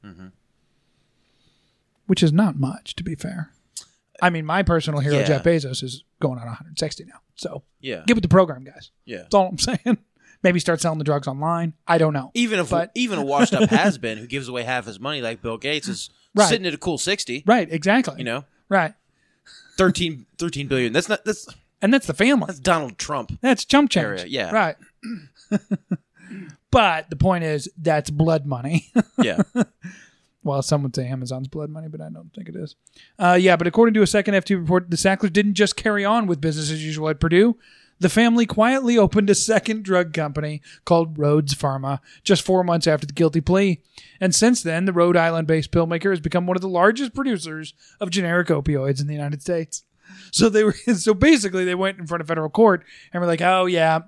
Speaker 1: which is not much, to be fair. I mean, my personal hero,
Speaker 2: Yeah.
Speaker 1: Jeff Bezos, is going on 160 now. So
Speaker 2: Yeah.
Speaker 1: get with the program, guys.
Speaker 2: Yeah.
Speaker 1: That's all I'm saying. [laughs] Maybe start selling the drugs online. I don't know.
Speaker 2: Even if
Speaker 1: But-
Speaker 2: even a washed up has been who gives away half his money like Bill Gates is
Speaker 1: [laughs] Right.
Speaker 2: sitting at a cool 60.
Speaker 1: Right, exactly.
Speaker 2: You know,
Speaker 1: Right.
Speaker 2: 13, 13 billion. That's not that's
Speaker 1: And that's the family.
Speaker 2: that's Donald Trump.
Speaker 1: That's chump change.
Speaker 2: Area, yeah.
Speaker 1: Right. [laughs] but the point is, that's blood money.
Speaker 2: [laughs] Yeah.
Speaker 1: well, some would say Amazon's blood money, but I don't think it is. Uh, yeah, but according to a second FT report, the Sacklers didn't just carry on with business as usual at Purdue. The family quietly opened a second drug company called Rhodes Pharma just four months after the guilty plea. And since then, the Rhode Island based pill maker has become one of the largest producers of generic opioids in the United States. So they were [laughs] so basically they went in front of federal court and were like, "Oh yeah,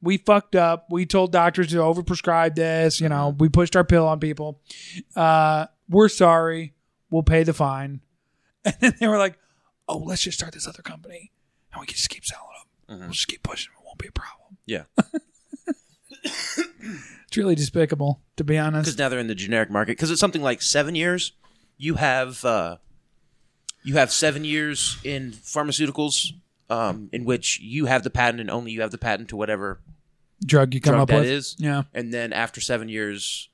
Speaker 1: we fucked up. We told doctors to overprescribe this. You know, we pushed our pill on people. Uh, we're sorry. We'll pay the fine." [laughs] And then they were like, "Oh, let's just start this other company, and we can just keep selling them.
Speaker 2: Mm-hmm.
Speaker 1: We'll just keep pushing. It won't be a problem."
Speaker 2: Yeah.
Speaker 1: It's really despicable, to be honest.
Speaker 2: Because now they're in the generic market. Because it's something like seven years. You have uh, you have seven years in pharmaceuticals, um, in which you have the patent and only you have the patent to whatever
Speaker 1: Drug you come
Speaker 2: drug
Speaker 1: up
Speaker 2: that
Speaker 1: with,
Speaker 2: is.
Speaker 1: yeah,
Speaker 2: And then after seven years,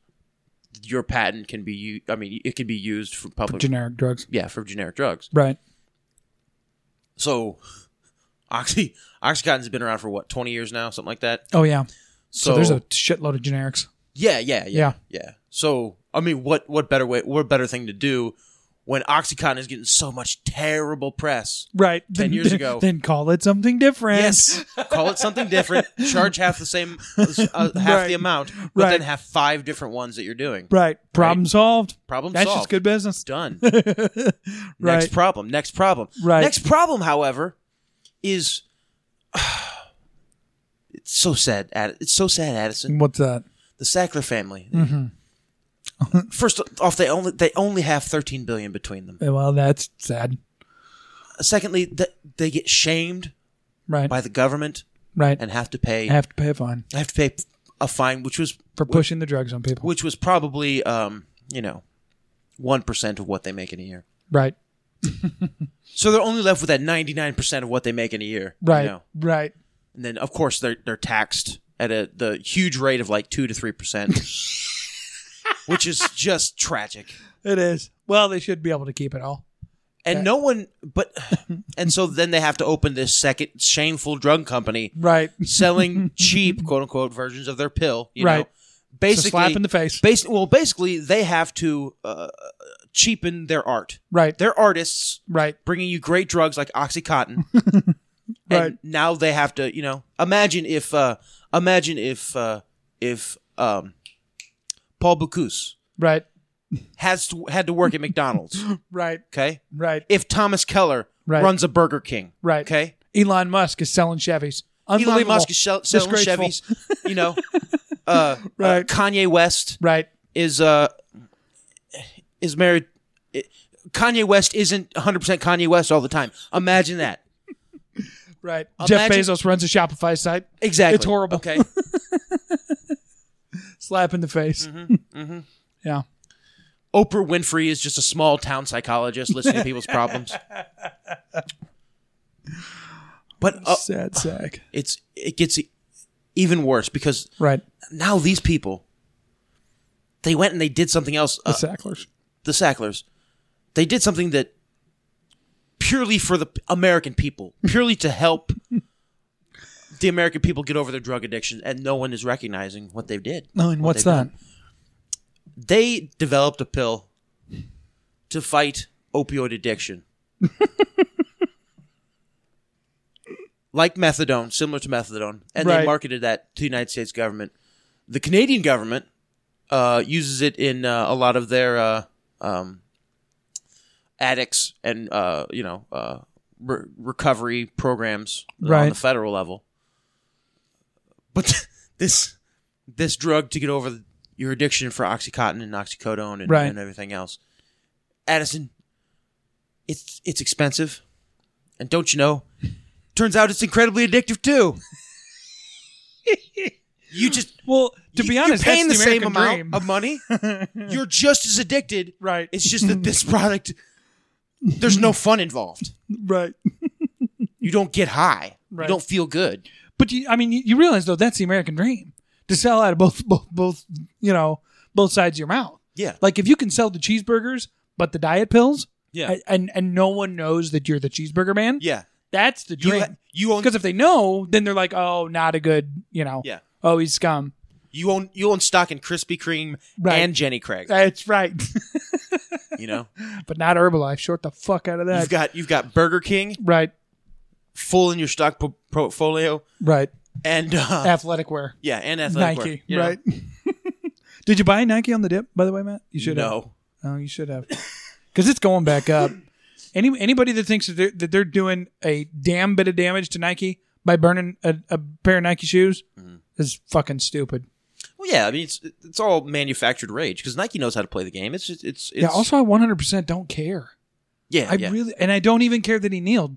Speaker 2: your patent can be u- I mean, it can be used for public.
Speaker 1: generic drugs,
Speaker 2: yeah, for generic drugs.
Speaker 1: right?
Speaker 2: So, Oxy OxyContin's been around for what twenty years now, something like that.
Speaker 1: Oh yeah.
Speaker 2: So,
Speaker 1: so there's a shitload of generics.
Speaker 2: yeah, yeah, yeah, yeah, So, I mean, what what better way? What better thing to do when OxyContin is getting so much terrible press?
Speaker 1: Right.
Speaker 2: 10
Speaker 1: Then-
Speaker 2: years
Speaker 1: then-
Speaker 2: ago.
Speaker 1: Then call it something different.
Speaker 2: Yes, call it something
Speaker 1: [laughs]
Speaker 2: different. Charge half the same, uh, half
Speaker 1: Right.
Speaker 2: the amount, but
Speaker 1: Right.
Speaker 2: then have five different ones that you're doing.
Speaker 1: Right. Problem solved.
Speaker 2: Problem
Speaker 1: That's
Speaker 2: solved.
Speaker 1: just good business.
Speaker 2: Done.
Speaker 1: [laughs] Right.
Speaker 2: Next problem. Next problem.
Speaker 1: Right.
Speaker 2: Next problem, however, is [sighs] it's so sad. Ad- It's so sad, Addison.
Speaker 1: What's that?
Speaker 2: The Sackler family.
Speaker 1: Mm-hmm.
Speaker 2: First off, they only they only have thirteen billion between them.
Speaker 1: Well, that's sad.
Speaker 2: Secondly, th- they get shamed
Speaker 1: Right.
Speaker 2: by the government
Speaker 1: right.
Speaker 2: and have to pay
Speaker 1: I have to pay a fine
Speaker 2: have to pay a fine, which was
Speaker 1: for pushing the drugs on people.
Speaker 2: which was probably um you know one percent of what they make in a year.
Speaker 1: right.
Speaker 2: So they're only left with that ninety nine percent of what they make in a year. you
Speaker 1: Right.
Speaker 2: know?
Speaker 1: Right.
Speaker 2: and then of course they're they're taxed at a the huge rate of like two to three percent, [laughs] which is just tragic.
Speaker 1: It is. Well, they should be able to keep it all.
Speaker 2: And no one, but and so then they have to open this second shameful drug company
Speaker 1: Right. [laughs]
Speaker 2: selling cheap quote unquote versions of their pill. You Know?
Speaker 1: Right. It's
Speaker 2: Basically,
Speaker 1: a slap in the face.
Speaker 2: basi- well, basically they have to uh, cheapen their art.
Speaker 1: Right.
Speaker 2: They're artists
Speaker 1: Right.
Speaker 2: bringing you great drugs like OxyContin.
Speaker 1: [laughs] Right.
Speaker 2: and now they have to you know imagine if uh imagine if uh if um paul Bocuse
Speaker 1: Right.
Speaker 2: has to, had to work at
Speaker 1: [laughs]
Speaker 2: mcdonald's
Speaker 1: Right.
Speaker 2: okay
Speaker 1: Right.
Speaker 2: if thomas keller
Speaker 1: Right.
Speaker 2: runs a burger king
Speaker 1: Right.
Speaker 2: okay
Speaker 1: Elon Musk is selling Chevys. Unbelievable.
Speaker 2: elon musk is shell- selling
Speaker 1: Disgraceful.
Speaker 2: chevys you
Speaker 1: [laughs]
Speaker 2: know uh,
Speaker 1: Right.
Speaker 2: uh, kanye west
Speaker 1: Right.
Speaker 2: is uh is married kanye west isn't 100% kanye west all the time imagine that
Speaker 1: Right. Jeff
Speaker 2: Imagine-
Speaker 1: Bezos runs a Shopify site.
Speaker 2: exactly
Speaker 1: It's horrible.
Speaker 2: okay
Speaker 1: slap in the face.
Speaker 2: Mm-hmm,
Speaker 1: yeah.
Speaker 2: [laughs] Oprah Winfrey is just a small town psychologist listening to people's
Speaker 1: [laughs]
Speaker 2: problems. But uh,
Speaker 1: Sad sack.
Speaker 2: it's it gets e- even worse because
Speaker 1: Right.
Speaker 2: now these people they went and they did something else.
Speaker 1: The
Speaker 2: uh,
Speaker 1: Sacklers.
Speaker 2: the Sacklers, they did something that purely for the American people, purely to help the American people get over their drug addiction, and no one is recognizing what they did.
Speaker 1: No, and
Speaker 2: what
Speaker 1: what's
Speaker 2: they've
Speaker 1: that?
Speaker 2: done. They developed a pill to fight opioid
Speaker 1: [laughs]
Speaker 2: addiction. like methadone, similar to methadone, and
Speaker 1: Right.
Speaker 2: they marketed that to the United States government. The Canadian government uh, uses it in uh, a lot of their uh, um, addicts and uh, you know uh, re- recovery programs on
Speaker 1: Right.
Speaker 2: the federal level. But [laughs] this this drug to get over the, your addiction for oxycontin and oxycodone and,
Speaker 1: Right.
Speaker 2: and everything else. Addison, it's it's expensive, and don't you know? Turns out it's incredibly addictive
Speaker 1: [laughs]
Speaker 2: too. you just
Speaker 1: Well, to
Speaker 2: you-
Speaker 1: be honest,
Speaker 2: you're paying
Speaker 1: that's
Speaker 2: the,
Speaker 1: the,
Speaker 2: same amount
Speaker 1: American
Speaker 2: of money.
Speaker 1: [laughs]
Speaker 2: you're just as addicted,
Speaker 1: Right.
Speaker 2: It's just that this product, there's no fun involved.
Speaker 1: dream. right.
Speaker 2: You don't get high.
Speaker 1: Right.
Speaker 2: You don't feel good.
Speaker 1: But you, I mean, you, you realize though that's the American dream to sell out of both, [laughs] both, both, you know, both sides of your mouth.
Speaker 2: Yeah.
Speaker 1: Like if you can sell the cheeseburgers, but the diet pills,
Speaker 2: Yeah.
Speaker 1: a- and and no one knows that you're the cheeseburger man.
Speaker 2: yeah.
Speaker 1: that's the
Speaker 2: You
Speaker 1: dream.
Speaker 2: ha- you own
Speaker 1: Because if they know, then they're like, oh, not a good, you know,
Speaker 2: Yeah.
Speaker 1: oh, he's scum.
Speaker 2: you own you own stock in Krispy Kreme
Speaker 1: Right.
Speaker 2: and Jenny Craig.
Speaker 1: That's right, [laughs]
Speaker 2: You know.
Speaker 1: but not Herbalife. Short the fuck out of that.
Speaker 2: You've got you've got Burger King
Speaker 1: right,
Speaker 2: full in your stock po- portfolio
Speaker 1: right.
Speaker 2: and uh,
Speaker 1: Athletic wear,
Speaker 2: yeah, and athletic wear,
Speaker 1: Nike,
Speaker 2: you know?
Speaker 1: right. [laughs] Did you buy Nike on the dip? By the way, Matt, you should have.
Speaker 2: No,
Speaker 1: No, Oh, you should have, because it's going back
Speaker 2: [coughs]
Speaker 1: up. Any anybody that thinks that they're, that they're doing a damn bit of damage to Nike by burning a, a pair of Nike shoes
Speaker 2: Mm-hmm.
Speaker 1: is fucking stupid.
Speaker 2: well, yeah, I mean it's it's all manufactured rage because Nike knows how to play the game. It's just, it's, it's
Speaker 1: yeah. Also, I 100 percent don't care.
Speaker 2: yeah,
Speaker 1: I
Speaker 2: yeah.
Speaker 1: really and I don't even care that he kneeled.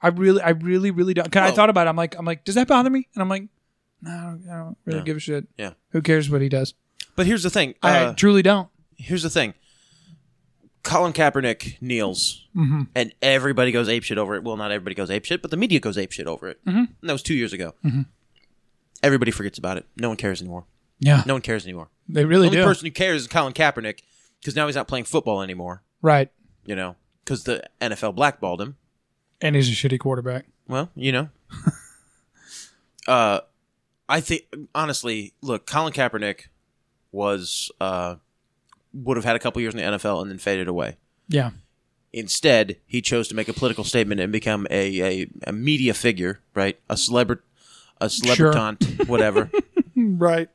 Speaker 1: I really, I really, really don't. Cause I
Speaker 2: No.
Speaker 1: thought about it. I'm like, I'm like, does that bother me? And I'm like, no, I don't, I don't really
Speaker 2: No.
Speaker 1: give a shit.
Speaker 2: Yeah.
Speaker 1: Who cares what he does?
Speaker 2: But here's the thing.
Speaker 1: I
Speaker 2: Uh,
Speaker 1: truly don't.
Speaker 2: here's the thing. Colin Kaepernick kneels,
Speaker 1: Mm-hmm.
Speaker 2: and everybody goes apeshit over it. Well, not everybody goes apeshit, but the media goes apeshit over it. Mm-hmm. And that was two years ago.
Speaker 1: Mm-hmm.
Speaker 2: Everybody forgets about it. No one cares anymore.
Speaker 1: Yeah.
Speaker 2: No one cares anymore.
Speaker 1: they really
Speaker 2: the only
Speaker 1: do.
Speaker 2: person who cares is Colin Kaepernick because now he's not playing football anymore.
Speaker 1: right.
Speaker 2: you know, because the NFL blackballed him.
Speaker 1: And he's a shitty quarterback.
Speaker 2: Well, you
Speaker 1: [laughs]
Speaker 2: know, uh, I think honestly, look, Colin Kaepernick was uh, would have had a couple years in the NFL and then faded away.
Speaker 1: Yeah.
Speaker 2: Instead, he chose to make a political statement and become a a, a media figure, right? A celebr, a celebritant,
Speaker 1: [laughs]
Speaker 2: whatever.
Speaker 1: Right.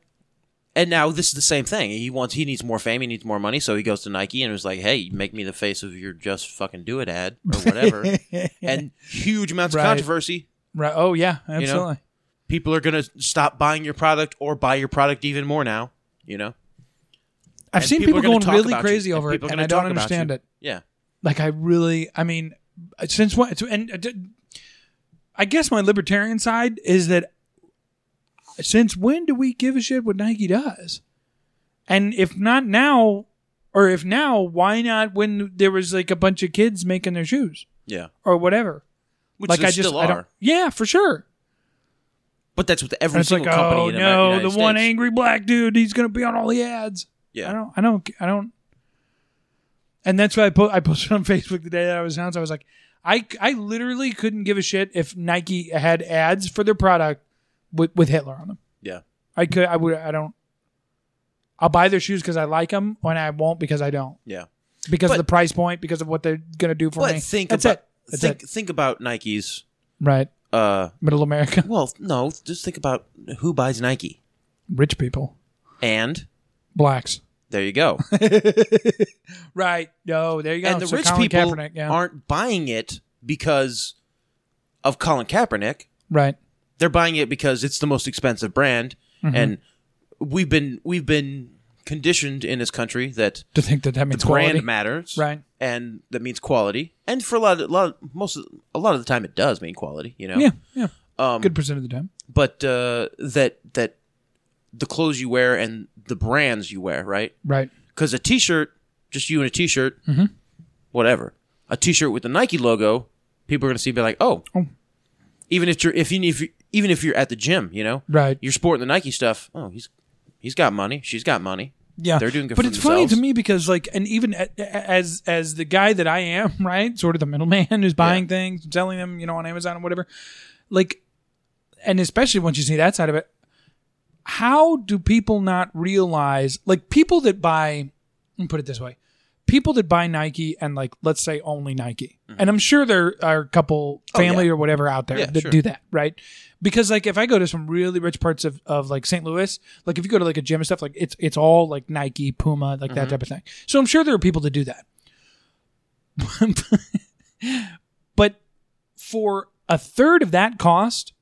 Speaker 2: And now this is the same thing. He wants, he needs more fame, he needs more money, so he goes to Nike and was like, "Hey, make me the face of your just fucking do it ad or whatever."
Speaker 1: [laughs]
Speaker 2: and huge amounts
Speaker 1: Right.
Speaker 2: of controversy.
Speaker 1: Right. Oh yeah. Absolutely.
Speaker 2: People are going to stop buying your product or buy your product even more now. You know,
Speaker 1: I've
Speaker 2: And
Speaker 1: seen
Speaker 2: people
Speaker 1: people,
Speaker 2: are gonna talk
Speaker 1: going really
Speaker 2: about you,
Speaker 1: crazy
Speaker 2: and
Speaker 1: over it,
Speaker 2: people are
Speaker 1: and
Speaker 2: gonna
Speaker 1: I don't
Speaker 2: talk about
Speaker 1: understand
Speaker 2: you.
Speaker 1: it.
Speaker 2: yeah,
Speaker 1: Like I really, I mean, since what? And uh, d- I guess my libertarian side is that since when do we give a shit what Nike does? And if not now, or if now, why not when there was like a bunch of kids making their shoes
Speaker 2: yeah.
Speaker 1: or whatever?
Speaker 2: Which
Speaker 1: like
Speaker 2: there
Speaker 1: I just,
Speaker 2: still
Speaker 1: I don't,
Speaker 2: are,
Speaker 1: yeah, for sure.
Speaker 2: but that's with every
Speaker 1: And it's
Speaker 2: single
Speaker 1: like,
Speaker 2: company.
Speaker 1: oh
Speaker 2: in
Speaker 1: no,
Speaker 2: America,
Speaker 1: the
Speaker 2: United
Speaker 1: one
Speaker 2: States.
Speaker 1: angry black dude, he's gonna be on all the ads.
Speaker 2: Yeah,
Speaker 1: I don't, I don't, I don't. And that's why I, po- I posted on [laughs] Facebook the day that I was announced. I was like, I, I literally couldn't give a shit if Nike had ads for their product with, with Hitler on them.
Speaker 2: yeah,
Speaker 1: I could, I would, I don't. I'll buy their shoes because I like them, and I won't because I don't.
Speaker 2: yeah.
Speaker 1: Because of
Speaker 2: But-
Speaker 1: the price point, because of what they're gonna do for
Speaker 2: But
Speaker 1: me.
Speaker 2: think
Speaker 1: That's
Speaker 2: about
Speaker 1: it. That's
Speaker 2: think
Speaker 1: it.
Speaker 2: think about Nike's.
Speaker 1: Right,
Speaker 2: Uh,
Speaker 1: middle America, [laughs]
Speaker 2: well, no, just think about who buys Nike
Speaker 1: rich people,
Speaker 2: and.
Speaker 1: blacks.
Speaker 2: There you go.
Speaker 1: Right. No, there you go.
Speaker 2: and the
Speaker 1: So
Speaker 2: rich
Speaker 1: Colin
Speaker 2: people
Speaker 1: Kaepernick, yeah.
Speaker 2: aren't buying it because of Colin Kaepernick.
Speaker 1: right.
Speaker 2: They're buying it because it's the most expensive brand,
Speaker 1: Mm-hmm.
Speaker 2: and we've been we've been conditioned in this country that
Speaker 1: To think that that
Speaker 2: the
Speaker 1: means quality.
Speaker 2: brand matters,
Speaker 1: Right.
Speaker 2: And that means quality, and for a lot, of, a lot, of, most of, a lot of the time, it does mean quality, you know.
Speaker 1: Yeah, yeah.
Speaker 2: Um,
Speaker 1: Good percent of the time.
Speaker 2: But uh, that that the clothes you wear and the brands you wear, right?
Speaker 1: Right.
Speaker 2: Because a T-shirt, just you and a t-shirt,
Speaker 1: Mm-hmm.
Speaker 2: whatever. A T-shirt with the Nike logo, people are gonna see and be like, oh. Even if you're if you if you, even if you're at the gym, you know,
Speaker 1: Right.
Speaker 2: You're sporting the Nike stuff. Oh, he's he's got money. She's got money.
Speaker 1: Yeah,
Speaker 2: they're doing good.
Speaker 1: But
Speaker 2: for
Speaker 1: it's
Speaker 2: themselves.
Speaker 1: funny to me because, like, and even a- a- as as the guy that I am, [laughs] right, sort of the middleman who's buying things, selling them, you know, on Amazon and whatever, like, and especially once you see that side of it, how do people not realize, like, people that buy, let me put it this way, people that buy Nike and like, let's say only Nike,
Speaker 2: Mm-hmm.
Speaker 1: and I'm sure there are a couple
Speaker 2: Oh,
Speaker 1: family or whatever out there
Speaker 2: Yeah,
Speaker 1: that
Speaker 2: sure.
Speaker 1: do that, right? Because like if I go to some really rich parts of, of like St. Louis, like if you go to like a gym and stuff, like it's it's all like Nike, Puma, like
Speaker 2: Mm-hmm.
Speaker 1: that type of thing. So I'm sure there are people that do that. [laughs] but for a third of that cost,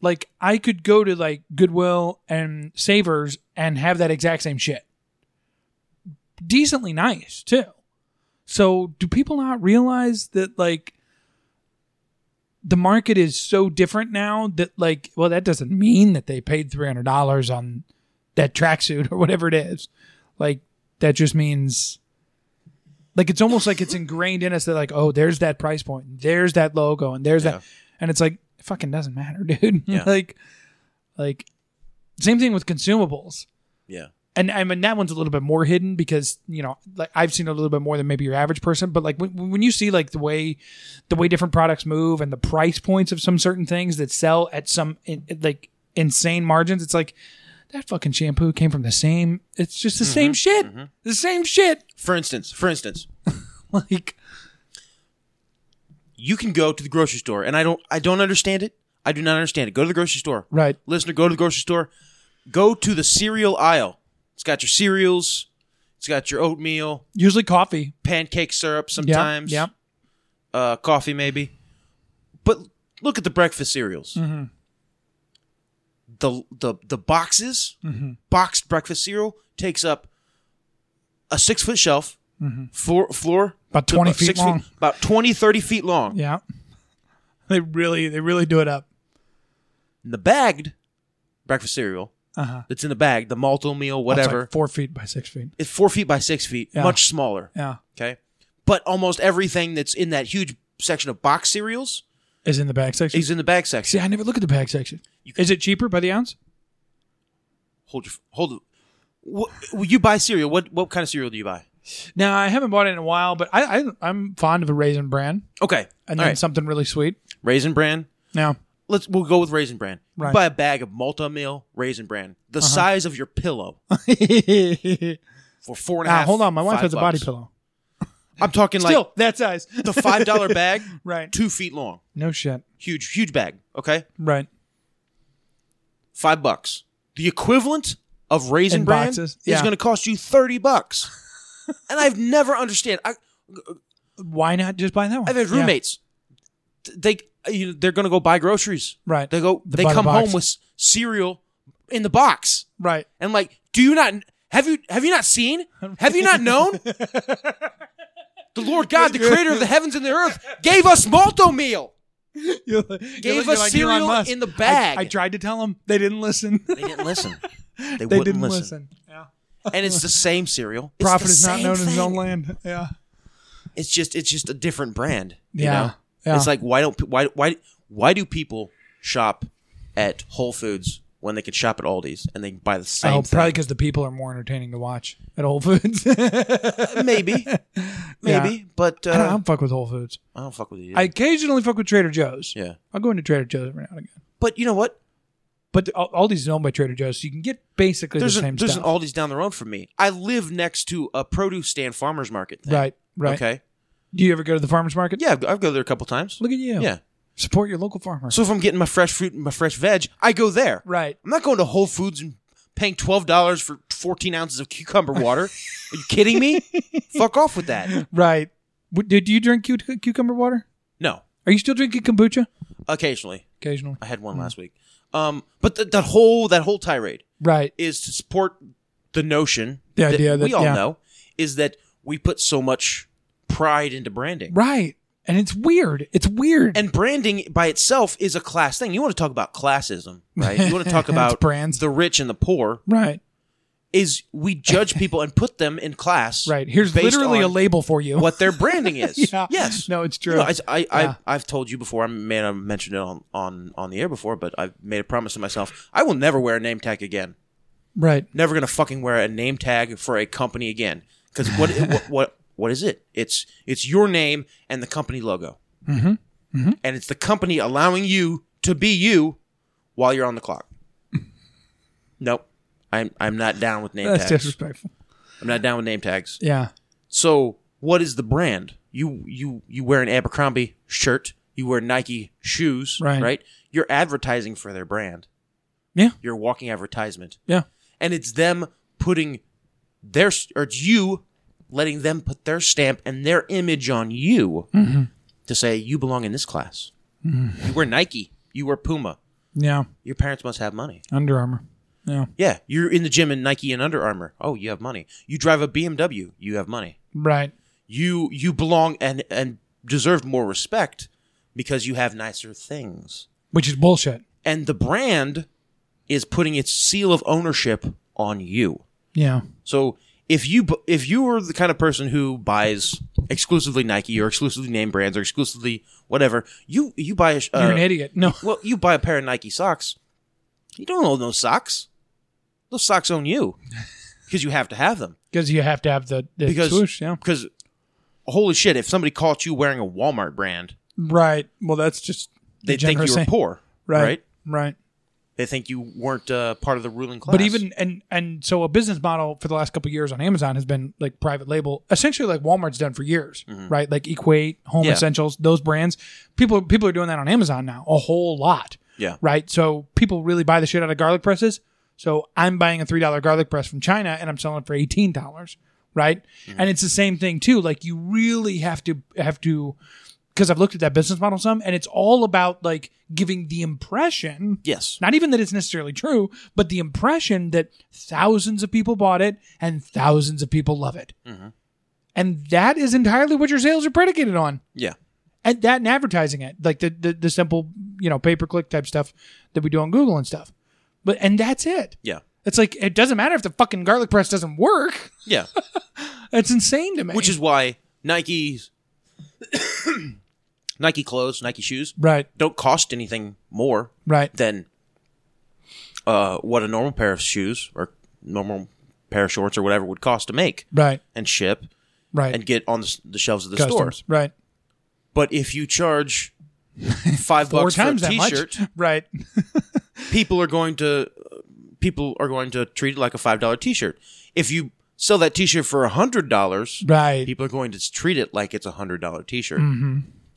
Speaker 1: like I could go to like Goodwill and Savers and have that exact same shit. Decently nice too. So do people not realize that like the market is so different now that like well that doesn't mean that they paid three hundred dollars on that tracksuit [laughs] or whatever it is. Like that just means like it's almost like it's ingrained in us that like, oh, there's that price point, and there's that logo, and there's
Speaker 2: Yeah.
Speaker 1: that and it's like it fucking doesn't matter, [laughs] dude.
Speaker 2: Yeah.
Speaker 1: like like same thing with consumables
Speaker 2: Yeah.
Speaker 1: and I mean that one's a little bit more hidden because you know like I've seen a little bit more than maybe your average person, but like when, when you see like the way the way different products move and the price points of some certain things that sell at some in, like insane margins, it's like that fucking shampoo came from the same. It's just the
Speaker 2: Mm-hmm.
Speaker 1: same shit, the same shit. [laughs]
Speaker 2: For instance, for instance,
Speaker 1: Like
Speaker 2: you can go to the grocery store, and I don't I don't understand it. I do not understand it. Go to the grocery store.
Speaker 1: right,
Speaker 2: Listener, go to the grocery store. Go to the cereal aisle. It's got your cereals. It's got your oatmeal,
Speaker 1: usually coffee.
Speaker 2: pancake syrup
Speaker 1: Yeah,
Speaker 2: sometimes,
Speaker 1: yeah,
Speaker 2: Uh, coffee maybe. But look at the breakfast cereals.
Speaker 1: Mm-hmm.
Speaker 2: The the the boxes,
Speaker 1: Mm-hmm.
Speaker 2: boxed breakfast cereal takes up a six foot shelf, floor floor
Speaker 1: Mm-hmm. About 20
Speaker 2: about
Speaker 1: feet
Speaker 2: six
Speaker 1: long.
Speaker 2: about 20, 30 feet long.
Speaker 1: yeah. [laughs] They really, they really do it up.
Speaker 2: And the bagged breakfast cereal
Speaker 1: Uh huh.
Speaker 2: that's in the bag, the malt meal, whatever,
Speaker 1: four feet by six feet.
Speaker 2: it's four feet by six feet,
Speaker 1: Yeah.
Speaker 2: much smaller.
Speaker 1: Yeah,
Speaker 2: Okay. But almost everything that's in that huge section of box cereals
Speaker 1: is in the back section.
Speaker 2: is in the bag
Speaker 1: See,
Speaker 2: section.
Speaker 1: I never look at the bag section. Is it cheaper by the ounce?
Speaker 2: Hold your, hold it. What, well, you buy cereal. What what kind of cereal do you buy?
Speaker 1: Now I haven't bought it in a while, but I, I I'm fond of a raisin bran
Speaker 2: Okay.
Speaker 1: and
Speaker 2: All
Speaker 1: then
Speaker 2: right.
Speaker 1: something really sweet.
Speaker 2: Raisin bran.
Speaker 1: [laughs] Now,
Speaker 2: Let's we'll go with raisin bran. You
Speaker 1: Right. Uh-huh.
Speaker 2: buy a bag of multi meal raisin bran, the size of your
Speaker 1: [laughs]
Speaker 2: pillow
Speaker 1: now
Speaker 2: for four and a half.
Speaker 1: hold on, my wife
Speaker 2: five
Speaker 1: has a body
Speaker 2: bucks.
Speaker 1: pillow.
Speaker 2: I'm talking like
Speaker 1: Still that size.
Speaker 2: the
Speaker 1: [laughs]
Speaker 2: five dollar bag,
Speaker 1: right.
Speaker 2: two feet long,
Speaker 1: No shit.
Speaker 2: huge huge bag. Okay,
Speaker 1: Right.
Speaker 2: five bucks. The equivalent of raisin
Speaker 1: In
Speaker 2: bran
Speaker 1: boxes?
Speaker 2: is
Speaker 1: Yeah.
Speaker 2: going to cost you thirty
Speaker 1: [laughs]
Speaker 2: bucks. and I've never understand. I,
Speaker 1: Why not just buy that one?
Speaker 2: I've had
Speaker 1: Yeah.
Speaker 2: roommates. They you know, they're going to go buy groceries.
Speaker 1: Right.
Speaker 2: They go.
Speaker 1: The
Speaker 2: they
Speaker 1: buy the
Speaker 2: come
Speaker 1: box.
Speaker 2: home with s- cereal in the box,
Speaker 1: [laughs] Right.
Speaker 2: and I'm like, do you not have you have you not seen? Have you not
Speaker 1: [laughs]
Speaker 2: known? the Lord God, the Creator of the heavens and the earth, gave us malto meal.
Speaker 1: Gave
Speaker 2: Gave us cereal in the bag.
Speaker 1: I, tried to tell them. They didn't listen.
Speaker 2: They didn't
Speaker 1: [laughs]
Speaker 2: listen. They,
Speaker 1: they
Speaker 2: wouldn't
Speaker 1: didn't
Speaker 2: listen.
Speaker 1: listen. Yeah.
Speaker 2: And it's the same cereal. It's
Speaker 1: Prophet
Speaker 2: the
Speaker 1: is not
Speaker 2: same
Speaker 1: known in
Speaker 2: thing.
Speaker 1: his own land. Yeah.
Speaker 2: It's just it's just a different brand. You
Speaker 1: Yeah.
Speaker 2: Know?
Speaker 1: Yeah.
Speaker 2: It's like why don't pe- why why why do people shop at Whole Foods when they could shop at Aldi's and they can buy the same
Speaker 1: Oh,
Speaker 2: thing?
Speaker 1: probably because the people are more entertaining to watch at Whole Foods. [laughs]
Speaker 2: [laughs] maybe, maybe, but uh,
Speaker 1: I don't fuck with Whole Foods.
Speaker 2: fuck with you.
Speaker 1: I occasionally fuck with Trader Joe's.
Speaker 2: yeah,
Speaker 1: I'll go into Trader Joe's every now and again.
Speaker 2: but you know what?
Speaker 1: But the- Al- Aldi's is owned by Trader Joe's, so you can get basically
Speaker 2: There's
Speaker 1: the
Speaker 2: a,
Speaker 1: same
Speaker 2: there's an
Speaker 1: stuff.
Speaker 2: Aldi's down the road from me. I live next to a produce stand farmers market. Thing.
Speaker 1: right, right.
Speaker 2: Okay.
Speaker 1: Do you ever go to the farmers market?
Speaker 2: Yeah, I've I've go there a couple times.
Speaker 1: Look at you.
Speaker 2: Yeah.
Speaker 1: Support your local farmer.
Speaker 2: So if I'm getting my fresh fruit and my fresh veg, I go there.
Speaker 1: right.
Speaker 2: I'm not going to Whole Foods and paying twelve dollars for fourteen ounces of cucumber water. Are you kidding [laughs] me? Fuck off with that.
Speaker 1: Right. W- Do, do you drink cu- cucumber water?
Speaker 2: No,
Speaker 1: Are you still drinking kombucha?
Speaker 2: occasionally
Speaker 1: Occasionally.
Speaker 2: I had one last week. Um, but th- that whole that whole tirade
Speaker 1: Right.
Speaker 2: is to support the notion.
Speaker 1: The idea that-
Speaker 2: we all
Speaker 1: yeah.
Speaker 2: know is that we put so much pride into branding.
Speaker 1: Right. and it's weird. It's weird.
Speaker 2: and branding by itself is a class thing. You want to talk about classism, right? You want to
Speaker 1: [laughs]
Speaker 2: talk about
Speaker 1: brands.
Speaker 2: the rich and the poor.
Speaker 1: right,
Speaker 2: Is we judge people and put them in class.
Speaker 1: right. Here's
Speaker 2: based
Speaker 1: literally a
Speaker 2: on
Speaker 1: label for you.
Speaker 2: What their branding is.
Speaker 1: [laughs] Yeah.
Speaker 2: Yes.
Speaker 1: No, it's true.
Speaker 2: You know, I, I,
Speaker 1: Yeah.
Speaker 2: I, have told you before. I may not have mentioned it on, on on the air before, but I've made a promise to myself: I will never wear a name tag again.
Speaker 1: right.
Speaker 2: Never gonna fucking wear a name tag for a company again. Because
Speaker 1: [laughs]
Speaker 2: what, what what what is it? It's it's your name and the company logo, mm-hmm. Mm-hmm. and it's the company allowing you to be you while you're on the
Speaker 1: [laughs]
Speaker 2: clock. nope, I'm I'm not down with name
Speaker 1: That's
Speaker 2: tags.
Speaker 1: disrespectful.
Speaker 2: I'm not down with name tags.
Speaker 1: Yeah.
Speaker 2: So what is the brand? You you you wear an Abercrombie shirt, you wear Nike shoes,
Speaker 1: Right.
Speaker 2: You're advertising for their brand.
Speaker 1: Yeah.
Speaker 2: You're a walking advertisement.
Speaker 1: Yeah.
Speaker 2: And it's them putting their or it's you letting them put their stamp and their image on you
Speaker 1: Mm-hmm.
Speaker 2: to say you belong in this class. You wear Nike, you wear Puma.
Speaker 1: Yeah.
Speaker 2: Your parents must have money.
Speaker 1: Under Armour. Yeah.
Speaker 2: Yeah, you're in the gym in Nike and Under Armour. Oh, you have money. You drive a BMW, you have money
Speaker 1: Right.
Speaker 2: you you belong and and deserve more respect because you have nicer things
Speaker 1: Which is bullshit.
Speaker 2: and the brand is putting its seal of ownership on you
Speaker 1: Yeah.
Speaker 2: so if you bu- if you are the kind of person who buys exclusively Nike or exclusively name brands or exclusively whatever you you buy a, sh-
Speaker 1: You're
Speaker 2: uh,
Speaker 1: an idiot. No.
Speaker 2: well you buy a pair of Nike socks you don't own those socks those socks own
Speaker 1: [laughs]
Speaker 2: you because you have to have them
Speaker 1: Because you have to have the, the
Speaker 2: because
Speaker 1: swoosh, yeah.
Speaker 2: because holy shit if somebody caught you wearing a Walmart brand
Speaker 1: Right. Well, that's just
Speaker 2: they think you were
Speaker 1: degeneracy.
Speaker 2: poor, right?
Speaker 1: Right. Right.
Speaker 2: They think you weren't uh, part of the ruling class.
Speaker 1: But even and and so a business model for the last couple of years on Amazon has been like private label, essentially like Walmart's done for years, right? Like Equate, Home
Speaker 2: Mm-hmm. Yeah.
Speaker 1: Essentials, those brands. People people are doing that on Amazon now a whole lot,
Speaker 2: yeah,
Speaker 1: right? So people really buy the shit out of garlic presses. So I'm buying a three dollar garlic press from China and I'm selling it for eighteen dollars, right? And it's the same thing too. Like you really have to have to because I've looked at that business model some, and it's all about like giving the impression
Speaker 2: yes,
Speaker 1: not even that it's necessarily true, but the impression that thousands of people bought it and thousands of people love it. And that is entirely what your sales are predicated on.
Speaker 2: yeah,
Speaker 1: And that and advertising it, like the, the, the simple, you know, pay per click type stuff that we do on Google and stuff. But, and that's it.
Speaker 2: yeah,
Speaker 1: It's like, it doesn't matter if the fucking garlic press doesn't work. [laughs]
Speaker 2: yeah.
Speaker 1: It's insane to me.
Speaker 2: Which is why Nike's [coughs] Nike clothes, Nike shoes,
Speaker 1: right,
Speaker 2: don't cost anything more
Speaker 1: right,
Speaker 2: than uh, what a normal pair of shoes or normal pair of shorts or whatever would cost to make
Speaker 1: right,
Speaker 2: and ship
Speaker 1: right.
Speaker 2: and get on the, s- the shelves of the
Speaker 1: Customs,
Speaker 2: store.
Speaker 1: right.
Speaker 2: But if you
Speaker 1: [laughs]
Speaker 2: charge five
Speaker 1: Four
Speaker 2: bucks for a
Speaker 1: times that
Speaker 2: t-shirt,
Speaker 1: much. [laughs] Right,
Speaker 2: people are going to people are going to treat it like a five dollar t shirt. If you sell that t shirt for a hundred dollars,
Speaker 1: right. Mm-hmm.
Speaker 2: people are going to treat it like it's a hundred dollar t shirt.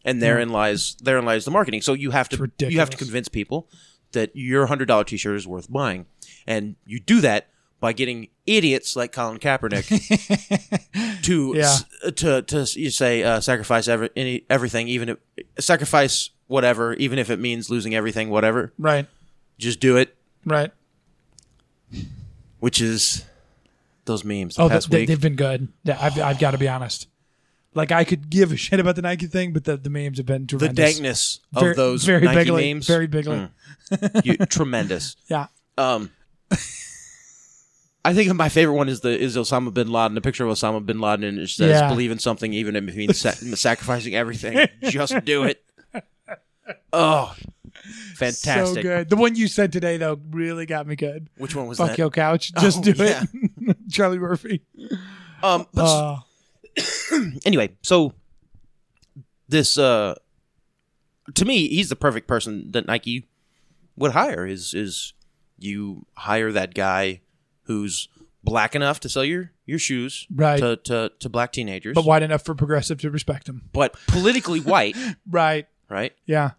Speaker 2: And therein lies therein lies the marketing. So you have to
Speaker 1: ridiculous.
Speaker 2: you have to convince people that your hundred dollar t shirt is worth buying, and you do that by getting idiots like Colin
Speaker 1: [laughs]
Speaker 2: Kaepernick to s- to to s- you say uh, sacrifice every, any, everything, even if, sacrifice whatever, even if it means losing everything, whatever.
Speaker 1: right,
Speaker 2: Just do it
Speaker 1: right.
Speaker 2: which is those memes. The
Speaker 1: Oh,
Speaker 2: past
Speaker 1: they,
Speaker 2: week.
Speaker 1: they've been good. Yeah, I've, I've got to be honest. Like I could give a shit about the Nike thing, but the, the memes have been
Speaker 2: the
Speaker 1: tremendous.
Speaker 2: dankness of
Speaker 1: Very-
Speaker 2: those
Speaker 1: very
Speaker 2: Nike
Speaker 1: bigly,
Speaker 2: memes, Hmm. Mm.
Speaker 1: very bigly.
Speaker 2: you- tremendous.
Speaker 1: [laughs] Yeah,
Speaker 2: Um, I think my favorite one is the is Osama bin Laden, a picture of Osama bin Laden, and it says
Speaker 1: Yeah.
Speaker 2: "Believe in something, even if it means sa- [laughs] sacrificing everything. Just do
Speaker 1: [laughs]
Speaker 2: it." Oh, fantastic!
Speaker 1: so good. The one you said today though really got me good.
Speaker 2: Which one was
Speaker 1: Fuck
Speaker 2: that?
Speaker 1: your
Speaker 2: [laughs]
Speaker 1: couch, just
Speaker 2: Oh,
Speaker 1: do
Speaker 2: yeah.
Speaker 1: it. [laughs] Charlie Murphy.
Speaker 2: Um, but s-
Speaker 1: Uh,
Speaker 2: anyway, so this uh to me, he's the perfect person that Nike would hire is is you hire that guy who's black enough to sell your your shoes
Speaker 1: Right.
Speaker 2: to, to to black teenagers
Speaker 1: but wide enough for progressive to respect him.
Speaker 2: but politically
Speaker 1: [laughs]
Speaker 2: white,
Speaker 1: Right.
Speaker 2: right?
Speaker 1: Yeah.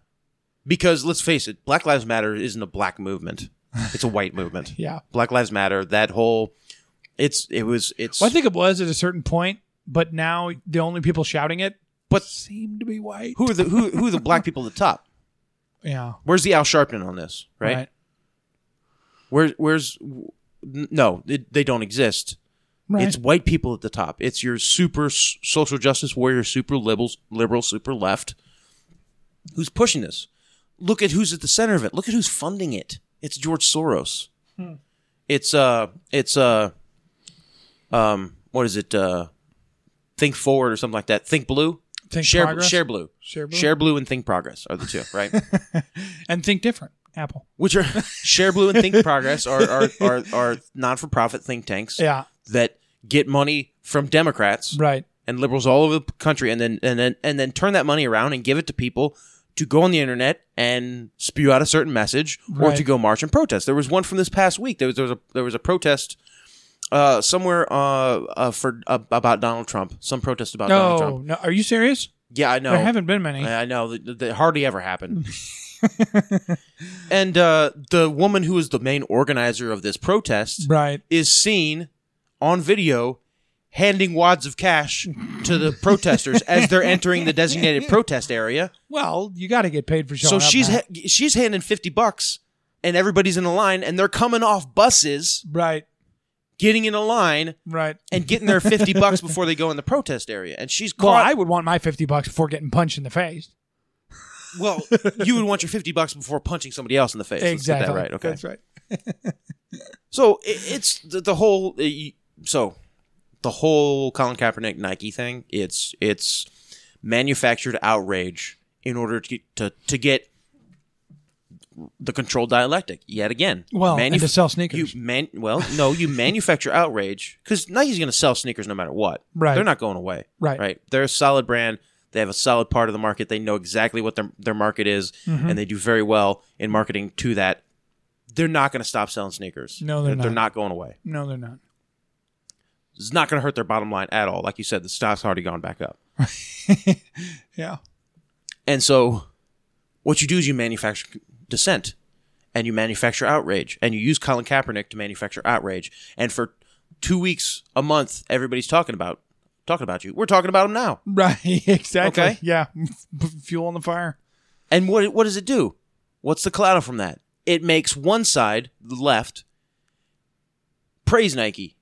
Speaker 2: Because let's face it, Black Lives Matter isn't a black movement. It's a white movement.
Speaker 1: Yeah.
Speaker 2: Black Lives Matter, that whole it's it was it's
Speaker 1: Well, I think it was at a certain point, but now the only people shouting it
Speaker 2: But-
Speaker 1: seem to be white.
Speaker 2: who are the who who are the black people at the top?
Speaker 1: Yeah.
Speaker 2: Where's the Al Sharpton on this, right? Where, where's n- no? It, they don't exist.
Speaker 1: Right.
Speaker 2: It's white people at the top. It's your super s- social justice warrior, super liberals, liberal, super left, who's pushing this. Look at who's at the center of it. Look at who's funding it. It's George Soros.
Speaker 1: Hmm.
Speaker 2: It's uh, it's uh, um, what is it? Uh, Think Forward or something like that. Think Blue.
Speaker 1: Think
Speaker 2: Share
Speaker 1: Progress?
Speaker 2: Share Blue.
Speaker 1: Share Blue?
Speaker 2: Share Blue and Think Progress are the two,
Speaker 1: [laughs]
Speaker 2: right?
Speaker 1: and think different. Apple.
Speaker 2: Which
Speaker 1: [laughs]
Speaker 2: are Share Blue and Think Progress are are are, are non for profit think tanks
Speaker 1: Yeah.
Speaker 2: that get money from Democrats
Speaker 1: Right.
Speaker 2: and liberals all over the country and then and then and then turn that money around and give it to people to go on the internet and spew out a certain message or
Speaker 1: Right.
Speaker 2: to go march and protest. There was one from this past week. There was there was a there was a protest uh, somewhere uh, uh, for uh, about Donald Trump. Some protest about Oh, Donald
Speaker 1: No,
Speaker 2: Trump.
Speaker 1: no. Are you serious?
Speaker 2: Yeah, I know.
Speaker 1: There haven't been many.
Speaker 2: I I know that, that hardly ever happened. [laughs] and uh, the woman who is the main organizer of this protest
Speaker 1: Right.
Speaker 2: is seen on video handing wads of cash to
Speaker 1: [laughs]
Speaker 2: the protesters as they're entering the designated protest area.
Speaker 1: Well, you got to get paid for showing
Speaker 2: So
Speaker 1: up,
Speaker 2: she's
Speaker 1: man.
Speaker 2: ha- she's handing 50 bucks and everybody's in a line and they're coming off buses,
Speaker 1: right,
Speaker 2: getting in a line
Speaker 1: right.
Speaker 2: and getting their
Speaker 1: [laughs]
Speaker 2: 50 bucks before they go in the protest area. And she's
Speaker 1: Well,
Speaker 2: caught
Speaker 1: I would want my fifty bucks before getting punched in the face.
Speaker 2: Well, you would want your 50 bucks before punching somebody else in the face. Let's get
Speaker 1: exactly.
Speaker 2: that right. Okay.
Speaker 1: That's right.
Speaker 2: So it, it's the, the whole uh, you- so the whole Colin Kaepernick Nike thing. It's it's manufactured outrage in order to get, to, to get the controlled dialectic yet again.
Speaker 1: Well, and
Speaker 2: Manuf-
Speaker 1: to sell sneakers.
Speaker 2: You man- well, no,
Speaker 1: [laughs]
Speaker 2: you manufacture outrage because Nike's going to sell sneakers no matter what.
Speaker 1: Right.
Speaker 2: They're not going away.
Speaker 1: Right.
Speaker 2: Right. They're a solid brand. They have a solid part of the market. They know exactly what their their market is,
Speaker 1: Mm-hmm.
Speaker 2: and they do very well in marketing to that. They're not going to stop selling sneakers.
Speaker 1: No, they're
Speaker 2: They're not
Speaker 1: not.
Speaker 2: going away.
Speaker 1: No, they're not.
Speaker 2: It's not going to hurt their bottom line at all. Like you said, the stock's already gone back up.
Speaker 1: [laughs] Yeah.
Speaker 2: And so, what you do is you manufacture dissent, and you manufacture outrage, and you use Colin Kaepernick to manufacture outrage. And for two weeks, a month, everybody's talking about talking about you. We're talking about him now.
Speaker 1: [laughs] Right. Exactly.
Speaker 2: Okay.
Speaker 1: Yeah. [laughs] Fuel on the fire.
Speaker 2: And what what does it do? What's the collateral from that? It makes one side, the left, praise Nike,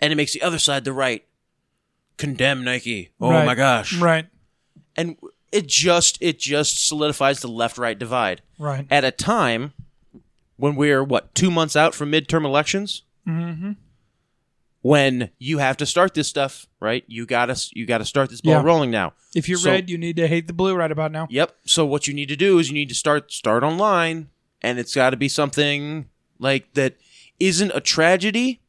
Speaker 2: and it makes the other side, the right, condemn Nike. Oh
Speaker 1: Right.
Speaker 2: my gosh!
Speaker 1: Right.
Speaker 2: and it just it just solidifies the left right divide
Speaker 1: Right.
Speaker 2: at a time when we're what two months out from midterm elections mm-hmm. when you have to start this stuff right you gotta you gotta start this ball
Speaker 1: Yeah.
Speaker 2: rolling now
Speaker 1: If you're
Speaker 2: So-
Speaker 1: red, you need to hate the blue right about now.
Speaker 2: yep so what you need to do is you need to start start online and it's got to be something like that isn't a tragedy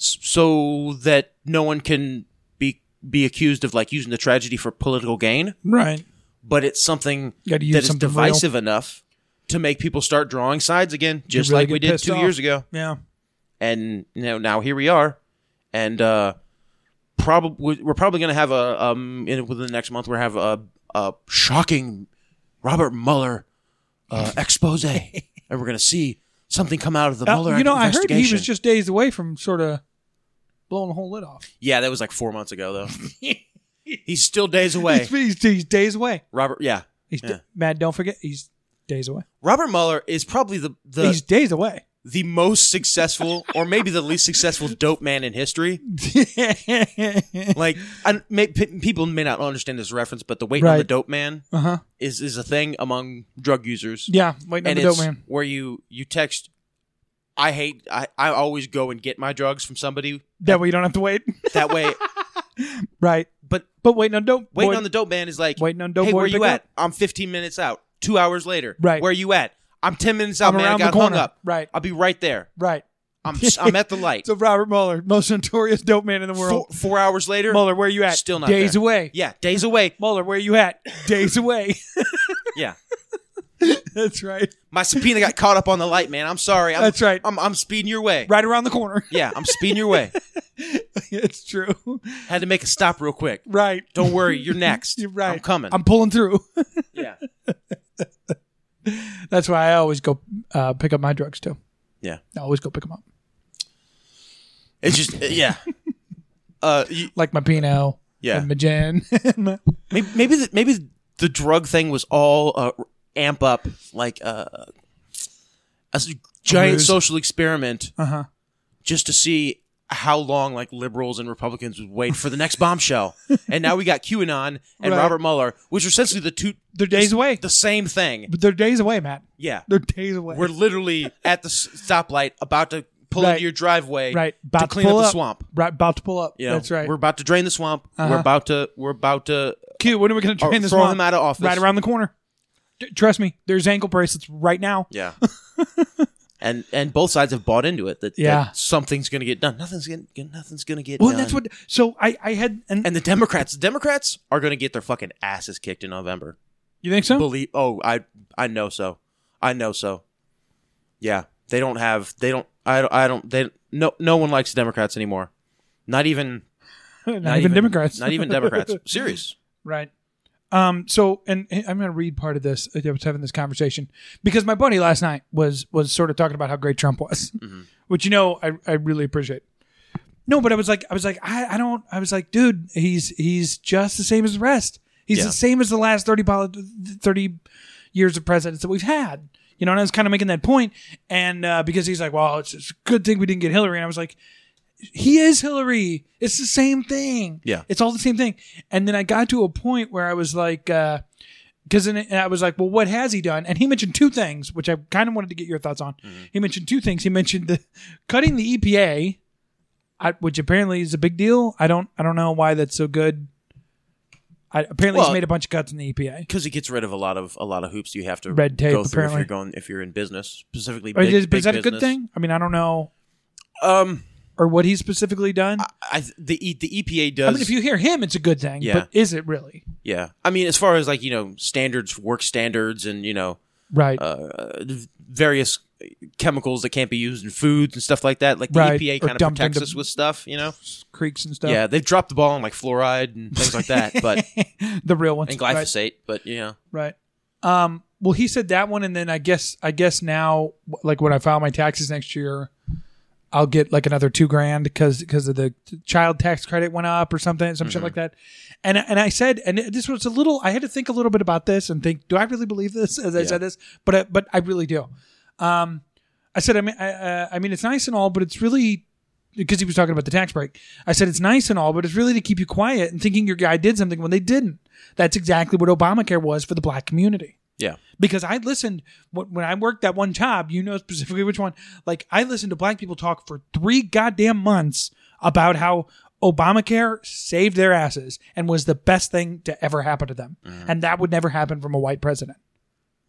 Speaker 2: s- so that no one can be be accused of like using the tragedy for political gain
Speaker 1: Right.
Speaker 2: but it's something
Speaker 1: Gotta
Speaker 2: that
Speaker 1: use
Speaker 2: is
Speaker 1: something
Speaker 2: divisive enough to make people start drawing sides again, just
Speaker 1: really
Speaker 2: like we
Speaker 1: get
Speaker 2: did
Speaker 1: pissed
Speaker 2: two
Speaker 1: off.
Speaker 2: years ago.
Speaker 1: Yeah.
Speaker 2: And you know, now here we are, and uh, probably we're probably going to have a um in, within the next month we're have a, a shocking Robert Mueller uh,
Speaker 1: [laughs]
Speaker 2: expose, and we're going to see something come out of the
Speaker 1: Uh,
Speaker 2: Mueller
Speaker 1: you know, I heard
Speaker 2: investigation.
Speaker 1: he was just days away from sort of blowing the whole lid off.
Speaker 2: yeah, that was like four months ago
Speaker 1: [laughs]
Speaker 2: though. He's still days away,
Speaker 1: He's, he's, he's days away.
Speaker 2: Robert. Yeah,
Speaker 1: He's
Speaker 2: Yeah.
Speaker 1: Mad. Don't forget, he's days away.
Speaker 2: Robert Mueller is probably the the
Speaker 1: he's days
Speaker 2: [laughs]
Speaker 1: away.
Speaker 2: the most successful or maybe the least successful dope man in history. Like, I, may, p- people may not understand this reference, but the wait on the
Speaker 1: Right.
Speaker 2: dope man
Speaker 1: uh huh.
Speaker 2: is, is a thing among drug users.
Speaker 1: Yeah. Wait,
Speaker 2: and
Speaker 1: the
Speaker 2: it's
Speaker 1: dope man.
Speaker 2: where you, you text, I hate, I, I always go and get my drugs from somebody.
Speaker 1: That way you don't have to
Speaker 2: [laughs]
Speaker 1: wait.
Speaker 2: That
Speaker 1: [laughs]
Speaker 2: way,
Speaker 1: right.
Speaker 2: but
Speaker 1: But waiting on dope.
Speaker 2: waiting
Speaker 1: boy-
Speaker 2: on the dope man is like,
Speaker 1: Waiting on dope
Speaker 2: hey,
Speaker 1: boy
Speaker 2: where
Speaker 1: to
Speaker 2: you
Speaker 1: pick
Speaker 2: at?
Speaker 1: up."
Speaker 2: I'm 15 minutes out. Two hours later.
Speaker 1: Right.
Speaker 2: Where you at? I'm 10 minutes out,
Speaker 1: I'm
Speaker 2: man.
Speaker 1: around
Speaker 2: I
Speaker 1: the
Speaker 2: got
Speaker 1: corner.
Speaker 2: hung up.
Speaker 1: Right.
Speaker 2: I'll be right there.
Speaker 1: Right.
Speaker 2: I'm, I'm at the light.
Speaker 1: [laughs] So Robert Mueller, most notorious dope man in the
Speaker 2: four,
Speaker 1: world.
Speaker 2: four hours later,
Speaker 1: Mueller, where you at?
Speaker 2: Still not
Speaker 1: days
Speaker 2: there.
Speaker 1: away.
Speaker 2: Yeah, days
Speaker 1: [laughs]
Speaker 2: away.
Speaker 1: Mueller, where you at?
Speaker 2: [laughs]
Speaker 1: Days away. [laughs]
Speaker 2: Yeah.
Speaker 1: That's right.
Speaker 2: My subpoena got caught up on the light, man. I'm sorry. I'm,
Speaker 1: That's right.
Speaker 2: I'm, I'm speeding your way.
Speaker 1: Right around the corner.
Speaker 2: Yeah, I'm speeding your way.
Speaker 1: [laughs] it's true. [laughs]
Speaker 2: Had to make a stop real quick.
Speaker 1: Right.
Speaker 2: Don't worry, you're next.
Speaker 1: [laughs] You're right.
Speaker 2: I'm coming.
Speaker 1: I'm pulling through. [laughs]
Speaker 2: yeah.
Speaker 1: That's why I always go uh, pick up my drugs too.
Speaker 2: Yeah.
Speaker 1: I always go pick them up.
Speaker 2: It's just, uh, yeah. Uh, you,
Speaker 1: Like my Pinot.
Speaker 2: Yeah.
Speaker 1: And my gin. [laughs]
Speaker 2: maybe maybe the, maybe the drug thing was all uh, amp up like uh, a s- giant
Speaker 1: Ruse.
Speaker 2: social experiment
Speaker 1: Uh-huh.
Speaker 2: just to see how long like liberals and Republicans would wait for the next
Speaker 1: [laughs]
Speaker 2: bombshell, and now we got QAnon and
Speaker 1: Right.
Speaker 2: Robert Mueller, which are essentially the two
Speaker 1: They're days away.
Speaker 2: the same thing.
Speaker 1: But they're days away, Matt.
Speaker 2: Yeah,
Speaker 1: They're days away.
Speaker 2: we're literally at the s- stoplight, about to pull
Speaker 1: Right.
Speaker 2: into your driveway,
Speaker 1: right
Speaker 2: to
Speaker 1: about to,
Speaker 2: clean
Speaker 1: pull
Speaker 2: up the
Speaker 1: up.
Speaker 2: swamp.
Speaker 1: Right, about to pull up.
Speaker 2: Yeah,
Speaker 1: that's right. Uh-huh.
Speaker 2: We're
Speaker 1: We're
Speaker 2: about to drain the swamp. We're about to. We're about to
Speaker 1: cute. When are we going to
Speaker 2: or
Speaker 1: train this
Speaker 2: Oh, throw
Speaker 1: one?
Speaker 2: him out of office.
Speaker 1: Right around the corner. D- trust me, there's ankle bracelets right now. [laughs]
Speaker 2: Yeah. and and both sides have bought into it that, that
Speaker 1: Yeah.
Speaker 2: something's going to get done. Nothing's going to nothing's going to get
Speaker 1: Well,
Speaker 2: done.
Speaker 1: that's what. So I, I had, and,
Speaker 2: And the Democrats, the Democrats are going to get their fucking asses kicked in November.
Speaker 1: you think so?
Speaker 2: Believe Oh, I I know so. I know so. Yeah. They don't have they don't I don't I don't they no no one likes Democrats anymore. Not even
Speaker 1: [laughs] not, even Democrats.
Speaker 2: Not even Democrats. Serious.
Speaker 1: [laughs] Right. Um, so, and and I'm going to read part of this. I was having this conversation because my buddy last night was was sort of talking about how great Trump was, [laughs]
Speaker 2: Mm-hmm.
Speaker 1: which you know I, I really appreciate. No, but I was like I was like I, I don't I was like dude he's he's just the same as the rest. He's
Speaker 2: Yeah.
Speaker 1: the same as the last 30, poli- 30 years of presidents that we've had. You know, and I was kind of making that point, and uh, because he's like, well, it's, it's a good thing we didn't get Hillary, and I was like, he is Hillary. It's the same thing.
Speaker 2: Yeah.
Speaker 1: It's all the same thing. And then I got to a point where I was like, because then I was like, well, what has he done? And he mentioned two things, which I kind of wanted to get your thoughts on.
Speaker 2: Mm-hmm.
Speaker 1: He mentioned two things. He mentioned the cutting the EPA, I, which apparently is a big deal. I don't, I don't know why that's so good. I, apparently, he's
Speaker 2: Well-
Speaker 1: made a bunch of cuts in the EPA.
Speaker 2: Cuz it gets rid of a lot of a lot of hoops you have to
Speaker 1: Red tape,
Speaker 2: go through
Speaker 1: apparently.
Speaker 2: if you're going if you're in business, specifically
Speaker 1: Or
Speaker 2: big,
Speaker 1: is,
Speaker 2: big
Speaker 1: is that a good
Speaker 2: business.
Speaker 1: thing? I mean, I don't know,
Speaker 2: Um
Speaker 1: or what he's specifically done.
Speaker 2: I th- the E- the EPA
Speaker 1: I
Speaker 2: does.
Speaker 1: mean, if you hear him, it's a good thing.
Speaker 2: Yeah.
Speaker 1: But is it really?
Speaker 2: yeah, I mean, as far as like you know, standards, work standards, and you know,
Speaker 1: Right.
Speaker 2: uh, various chemicals that can't be used in foods and stuff like that. Like the E
Speaker 1: Right,
Speaker 2: EPA
Speaker 1: or
Speaker 2: kind of
Speaker 1: dumped
Speaker 2: protects
Speaker 1: into-
Speaker 2: us with stuff, you know.
Speaker 1: Creeks and stuff.
Speaker 2: Yeah, they've dropped the ball on like fluoride and things like that,
Speaker 1: [laughs]
Speaker 2: but
Speaker 1: the real ones.
Speaker 2: and
Speaker 1: right.
Speaker 2: glyphosate, but you know,
Speaker 1: Right. Um, well, he said that one, and then I guess I guess now, w- like when I file my taxes next year, I'll get like another two grand because because of the child tax credit went up or something, some shit like that. And and I said, and this was a little. I had to think a little bit about this and think, do I really believe this? As I said this, but I, but I really do. Um, I said, I mean, I, uh, I mean, it's nice and all, but it's really because he was talking about the tax break. I said it's nice and all, but it's really to keep you quiet and thinking your guy did something when they didn't. That's exactly what Obamacare was for the black community.
Speaker 2: yeah,
Speaker 1: Because I listened when when I worked that one job, you know specifically which one. Like I listened to black people talk for three goddamn months about how Obamacare saved their asses and was the best thing to ever happen to them, and that would never happen from a white president.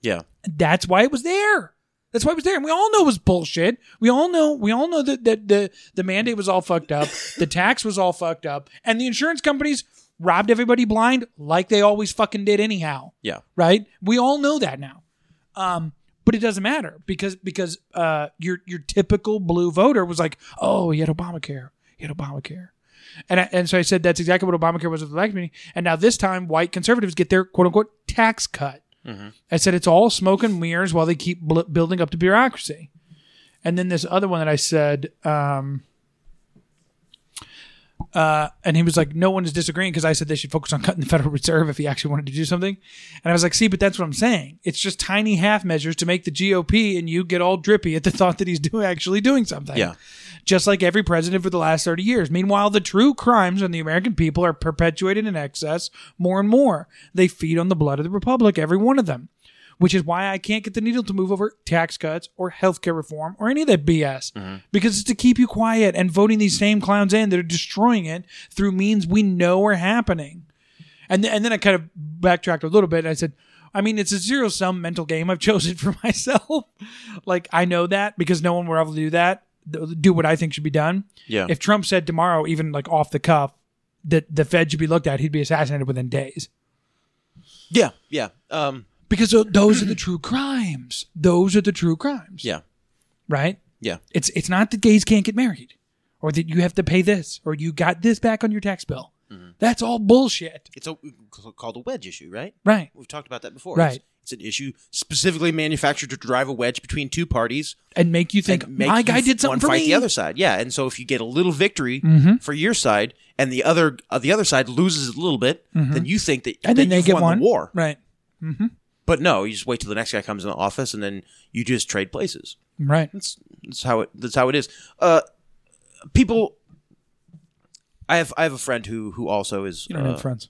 Speaker 2: yeah,
Speaker 1: That's why it was there. That's why it was there. And we all know it was bullshit. We all know we all know that, that the the mandate was all fucked up, the tax was all fucked up, and the insurance companies robbed everybody blind like they always fucking did anyhow.
Speaker 2: yeah,
Speaker 1: Right? We all know that now. Um, but it doesn't matter because because uh your your typical blue voter was like, Oh, he had Obamacare. He had Obamacare. And, I, and so I said that's exactly what Obamacare was for the black community. And now this time, white conservatives get their quote unquote tax cut. I said it's all smoke and mirrors while they keep bl- building up the bureaucracy. And then this other one that I said, um, uh, and he was like, no one is disagreeing because I said they should focus on cutting the Federal Reserve if he actually wanted to do something. And I was like, see, but that's what I'm saying. It's just tiny half measures to make the GOP and you get all drippy at the [laughs] thought that he's do- actually doing something
Speaker 2: yeah,
Speaker 1: just like every president for the last 30 years. Meanwhile, the true crimes on the American people are perpetuated in excess more and more. They feed on the blood of the Republic, every one of them, which is why I can't get the needle to move over tax cuts or healthcare reform or any of that BS because it's to keep you quiet and voting these same clowns in that are destroying it through means we know are happening. And, th- and then I kind of backtracked a little bit. And I said, I mean, it's a zero sum mental game I've [laughs] chosen for myself. like, I know that because no one will ever do that, th- do what I think should be done.
Speaker 2: yeah,
Speaker 1: If Trump said tomorrow, even like off the cuff, that the Fed should be looked at, he'd be assassinated within days.
Speaker 2: yeah, yeah, um,
Speaker 1: Because tho- those are the true crimes. Those are the true crimes.
Speaker 2: yeah,
Speaker 1: Right?
Speaker 2: yeah,
Speaker 1: It's it's not that gays can't get married, or that you have to pay this, or you got this back on your tax bill.
Speaker 2: Mm-hmm.
Speaker 1: That's all bullshit.
Speaker 2: it's a, called a wedge issue, right?
Speaker 1: Right.
Speaker 2: We've talked about that before,
Speaker 1: Right.
Speaker 2: It's- It's an issue specifically manufactured to drive a wedge between two parties
Speaker 1: And make you think
Speaker 2: and make
Speaker 1: my
Speaker 2: you
Speaker 1: guy
Speaker 2: f-
Speaker 1: did
Speaker 2: one
Speaker 1: something for
Speaker 2: fight
Speaker 1: me. Mm-hmm.
Speaker 2: the other side. Yeah, and so if you get a little victory for your side, and the other uh, the other side loses a little bit, then you think that
Speaker 1: Mm-hmm. and
Speaker 2: that
Speaker 1: then they
Speaker 2: you've
Speaker 1: get
Speaker 2: won
Speaker 1: one
Speaker 2: the war.
Speaker 1: Right.
Speaker 2: But no, you just wait till the next guy comes in the office, and then you just trade places.
Speaker 1: Right.
Speaker 2: That's that's how it that's how it is. Uh, people I have I have a friend who who also is
Speaker 1: You don't
Speaker 2: uh,
Speaker 1: have friends.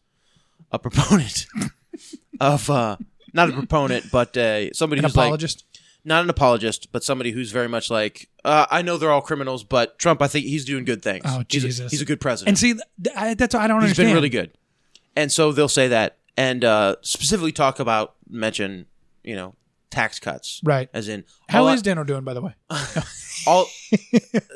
Speaker 2: a proponent [laughs] of uh not a proponent, but uh, somebody
Speaker 1: An
Speaker 2: who's
Speaker 1: apologist.
Speaker 2: like not an apologist, but somebody who's very much like uh, I know they're all criminals, but Trump, I think he's doing good things.
Speaker 1: Oh,
Speaker 2: He's a-
Speaker 1: Jesus.
Speaker 2: he's a, good president.
Speaker 1: and see, th- I, that's what I don't
Speaker 2: He's
Speaker 1: understand.
Speaker 2: been really good. And so they'll say that and uh, specifically talk about mention, you know, tax cuts.
Speaker 1: Right.
Speaker 2: As in
Speaker 1: How
Speaker 2: all
Speaker 1: is Dano doing, by the way? [laughs]
Speaker 2: all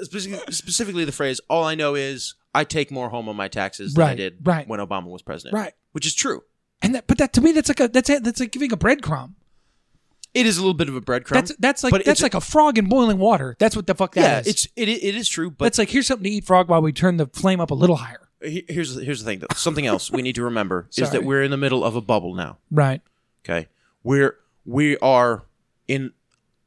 Speaker 2: specifically, specifically the phrase all I know is I take more home on my taxes than I
Speaker 1: Right,
Speaker 2: did
Speaker 1: right.
Speaker 2: when Obama was president.
Speaker 1: Right.
Speaker 2: Which is true.
Speaker 1: And that, but that to me, that's like a that's a, that's like giving a breadcrumb.
Speaker 2: It is a little bit of a breadcrumb.
Speaker 1: That's that's like
Speaker 2: but
Speaker 1: that's
Speaker 2: it's-
Speaker 1: like a frog in boiling water. That's what the fuck that is.
Speaker 2: yeah, it's it, i- it is true, but
Speaker 1: that's like here's something to eat, frog, while we turn the flame up a little higher.
Speaker 2: he- here's here's the thing though. Something else we need to
Speaker 1: [laughs]
Speaker 2: remember is
Speaker 1: Sorry.
Speaker 2: that we're in the middle of a bubble now.
Speaker 1: Right.
Speaker 2: Okay, we're we are in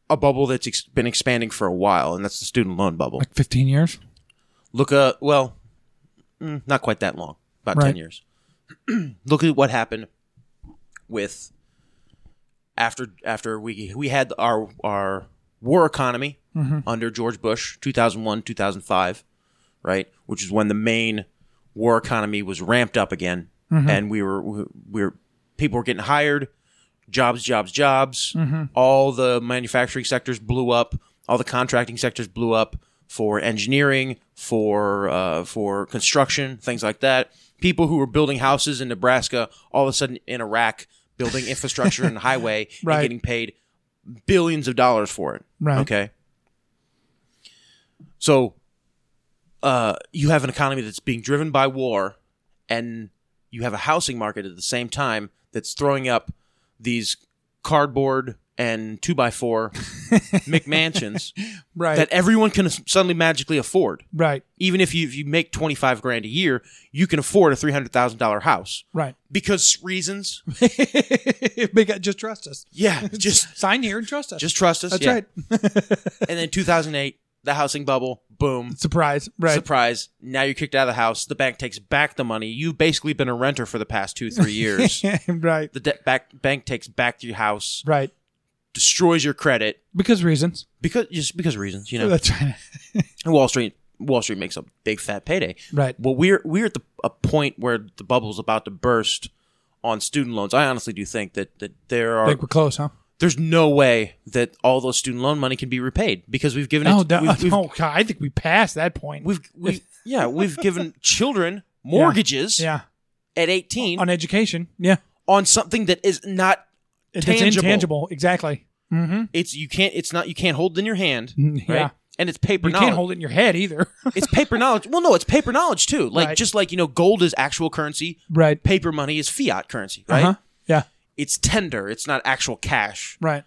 Speaker 2: a bubble that's ex- been expanding for a while, and that's the student loan
Speaker 1: [laughs]
Speaker 2: bubble.
Speaker 1: Like 15 years.
Speaker 2: Look, uh, well, mm, not quite that long, about
Speaker 1: Right.
Speaker 2: ten years. [clears throat] Look at what happened with after after we we had our our war economy
Speaker 1: Mm-hmm.
Speaker 2: under George Bush, two thousand one, two thousand five, right, which is when the main war economy was ramped up again,
Speaker 1: Mm-hmm.
Speaker 2: and we were we, we were people were getting hired, jobs, jobs, jobs.
Speaker 1: Mm-hmm.
Speaker 2: All the manufacturing sectors blew up. All the contracting sectors blew up for engineering, for uh, for construction, things like that. People who were building houses in Nebraska, all of a sudden in Iraq, building infrastructure
Speaker 1: [laughs]
Speaker 2: and highway
Speaker 1: Right.
Speaker 2: and getting paid billions of dollars for it.
Speaker 1: Right.
Speaker 2: Okay. So, uh, you have an economy that's being driven by war, and you have a housing market at the same time that's throwing up these cardboard and two by
Speaker 1: [laughs]
Speaker 2: four McMansions
Speaker 1: Right.
Speaker 2: that everyone can suddenly magically afford.
Speaker 1: right.
Speaker 2: Even if you if you make twenty five grand a year, you can afford a three hundred thousand dollar house
Speaker 1: [laughs] Right.
Speaker 2: because reasons.
Speaker 1: Big, just trust us. [laughs]
Speaker 2: Yeah, just
Speaker 1: Sign here and trust us.
Speaker 2: just trust us.
Speaker 1: that's
Speaker 2: yeah.
Speaker 1: right. [laughs]
Speaker 2: And then two thousand eight, the housing bubble, boom.
Speaker 1: Surprise. Right.
Speaker 2: Surprise. Now you're kicked out of the house. The bank takes back the money. You've basically been a renter for the past two, three
Speaker 1: [laughs]
Speaker 2: years.
Speaker 1: right.
Speaker 2: the de- back, bank takes back your house,
Speaker 1: Right.
Speaker 2: destroys your credit
Speaker 1: Because reasons.
Speaker 2: because just because of reasons, you know.
Speaker 1: That's right.
Speaker 2: And Wall Street Wall Street makes a big fat payday.
Speaker 1: Right.
Speaker 2: Well, we're we're at the a point where the bubble's about to burst on student loans. I honestly do think that that there are
Speaker 1: Like we're close, huh?
Speaker 2: there's no way that all those student loan money can be repaid because we've given
Speaker 1: No,
Speaker 2: it
Speaker 1: that,
Speaker 2: we've, we've,
Speaker 1: oh, God, I think we passed that point.
Speaker 2: we've, we've
Speaker 1: [laughs]
Speaker 2: yeah, we've given children mortgages
Speaker 1: yeah.
Speaker 2: at 18
Speaker 1: On education. Yeah.
Speaker 2: on something that is not
Speaker 1: It's
Speaker 2: Tangible.
Speaker 1: intangible. Exactly.
Speaker 2: it's you can't it's not you can't hold it in your hand
Speaker 1: Mm,
Speaker 2: right?
Speaker 1: yeah.
Speaker 2: and it's paper
Speaker 1: You
Speaker 2: knowledge
Speaker 1: can't hold it in your head either.
Speaker 2: it's paper knowledge well no it's paper knowledge too like
Speaker 1: Right.
Speaker 2: just like you know gold is actual currency
Speaker 1: [laughs] right.
Speaker 2: paper money is fiat currency right
Speaker 1: Uh-huh. Yeah.
Speaker 2: it's tender it's not actual cash
Speaker 1: Right.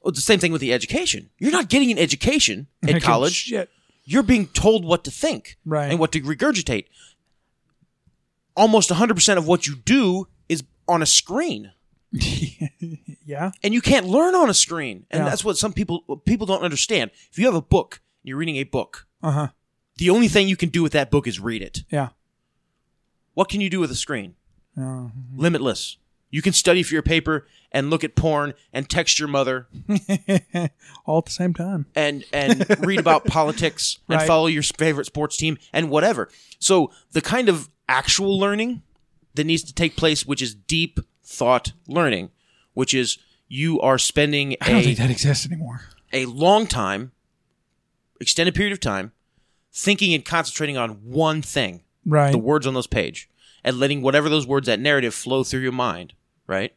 Speaker 2: well, it's the same thing with the education you're not getting an education at
Speaker 1: [laughs] Like,
Speaker 2: college
Speaker 1: Shit. [laughs]
Speaker 2: you're being told what to think
Speaker 1: Right.
Speaker 2: and what to regurgitate almost 100% of what you do is on a screen
Speaker 1: Yeah.
Speaker 2: and you can't learn on a screen and
Speaker 1: Yeah.
Speaker 2: that's what some people people don't understand if you have a book and you're reading a book
Speaker 1: Uh huh.
Speaker 2: the only thing you can do with that book is read it
Speaker 1: Yeah. [laughs]
Speaker 2: what can you do with a screen
Speaker 1: Uh-huh.
Speaker 2: limitless you can study for your paper and look at porn and text your mother
Speaker 1: All at the same time.
Speaker 2: and
Speaker 1: [laughs]
Speaker 2: and read about politics and
Speaker 1: Right.
Speaker 2: follow your favorite sports team and whatever so the kind of actual learning that needs to take place which is deep thought learning which is you are spending
Speaker 1: I don't
Speaker 2: a
Speaker 1: think that exists anymore.
Speaker 2: a long time, extended period of time, thinking and concentrating on one thing,
Speaker 1: Right.
Speaker 2: the words on those page, and letting whatever those words, that narrative, flow through your mind, right?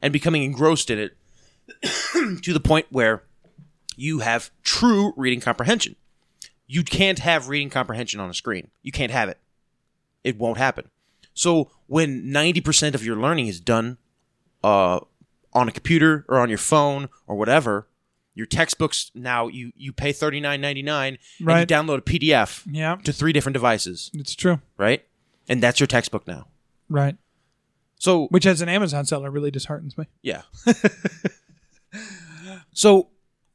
Speaker 2: And becoming engrossed in it [coughs] to the point where you have true reading comprehension. You can't have reading comprehension on a screen. You can't have it. It won't happen. So when 90% of your learning is done uh, on a computer or on your phone or whatever, your textbooks now you you pay thirty nine ninety nine
Speaker 1: Right.
Speaker 2: and you download a PDF
Speaker 1: Yeah.
Speaker 2: to three different devices,
Speaker 1: It's true.
Speaker 2: right? And that's your textbook now.
Speaker 1: Right.
Speaker 2: So
Speaker 1: Which, as an Amazon seller, really disheartens me.
Speaker 2: yeah. [laughs] so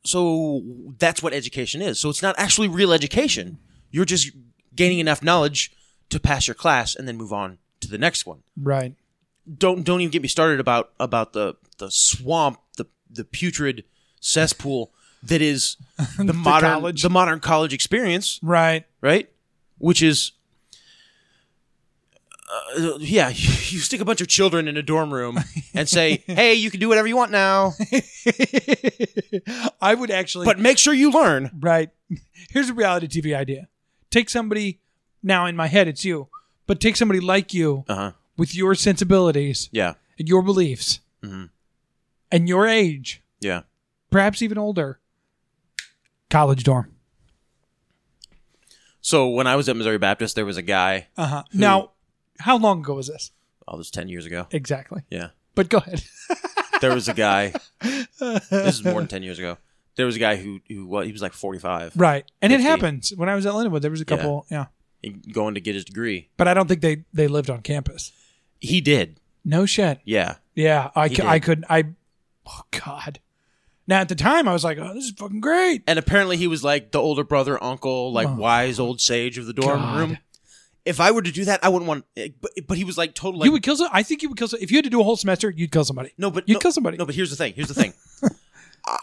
Speaker 2: so that's what education is. So it's not actually real education. You're just gaining enough knowledge to pass your class and then move on to the next one.
Speaker 1: Right.
Speaker 2: don't don't even get me started about about the the swamp, the the putrid cesspool [laughs] that is the, modern
Speaker 1: college.
Speaker 2: the modern college experience,
Speaker 1: Right.
Speaker 2: right? Which is uh, yeah, [laughs] you stick a bunch of children in a dorm [laughs] room and say, "Hey, you can do whatever you want now,
Speaker 1: I would actually.
Speaker 2: but make sure you learn."
Speaker 1: right. [laughs] Here's a reality TV idea. Take somebody now in my head, it's you, but take somebody like you
Speaker 2: Uh huh.
Speaker 1: with your sensibilities
Speaker 2: Yeah.
Speaker 1: and your beliefs
Speaker 2: Mm-hmm.
Speaker 1: and your age,
Speaker 2: Yeah.
Speaker 1: perhaps even older. College dorm.
Speaker 2: So when I was at Missouri Baptist, there was a guy.
Speaker 1: Uh huh. Now, how long ago was this
Speaker 2: Oh, this was ten years ago.
Speaker 1: exactly?
Speaker 2: Yeah.
Speaker 1: But
Speaker 2: [laughs]
Speaker 1: go ahead.
Speaker 2: There was a [laughs] guy. this is more than ten years ago. There was a guy who who was he was like forty five,
Speaker 1: Right, and it
Speaker 2: 50.
Speaker 1: happens. When I was at Lindenwood, there was a
Speaker 2: Yeah.
Speaker 1: couple. Yeah,
Speaker 2: going to get his degree.
Speaker 1: but I don't think they they lived on campus.
Speaker 2: He did.
Speaker 1: No shit.
Speaker 2: Yeah.
Speaker 1: Yeah, I,
Speaker 2: He
Speaker 1: cou- I
Speaker 2: did.
Speaker 1: couldn't. I oh god. Now at the time I was like, oh, this is fucking great.
Speaker 2: And apparently he was like the older brother, uncle, like wise old sage of the dorm
Speaker 1: Oh God.
Speaker 2: room. If I were to do that, I wouldn't want. eh, But, but he was like total. Like,
Speaker 1: you would kill. Some, I think you would kill. Some, if you had to do a whole semester, you'd kill somebody.
Speaker 2: No, but
Speaker 1: you'd
Speaker 2: no,
Speaker 1: kill somebody.
Speaker 2: No, but here's the thing. Here's the
Speaker 1: [laughs]
Speaker 2: thing. Uh,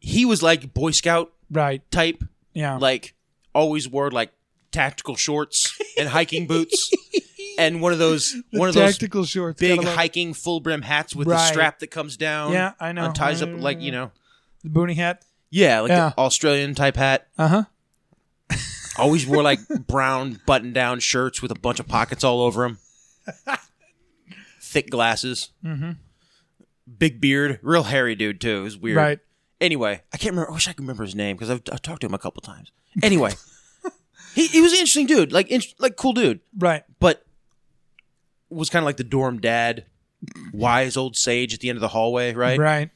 Speaker 2: he was like Boy Scout
Speaker 1: right.
Speaker 2: type,
Speaker 1: Yeah.
Speaker 2: like always wore like tactical shorts and hiking
Speaker 1: [laughs]
Speaker 2: boots, and one of those one of those
Speaker 1: tactical shorts.
Speaker 2: big
Speaker 1: Gotta love-
Speaker 2: hiking full brim hats with the
Speaker 1: Right.
Speaker 2: strap that comes down.
Speaker 1: Yeah, I know.
Speaker 2: Unties up like you know.
Speaker 1: the boonie hat.
Speaker 2: Yeah, like
Speaker 1: Yeah.
Speaker 2: the Australian type hat.
Speaker 1: Uh huh.
Speaker 2: [laughs] Always wore like brown button down shirts with a bunch of pockets all over them. Thick glasses. Mm-hmm. Big beard. Real hairy dude, too. It was weird.
Speaker 1: Right.
Speaker 2: Anyway, I can't remember. I wish I could remember his name because I've, I've talked to him a couple times. Anyway, he, he was an interesting dude. Like, in, like cool dude.
Speaker 1: Right.
Speaker 2: But was kind of like the dorm dad, wise old sage at the end of the hallway, right?
Speaker 1: Right.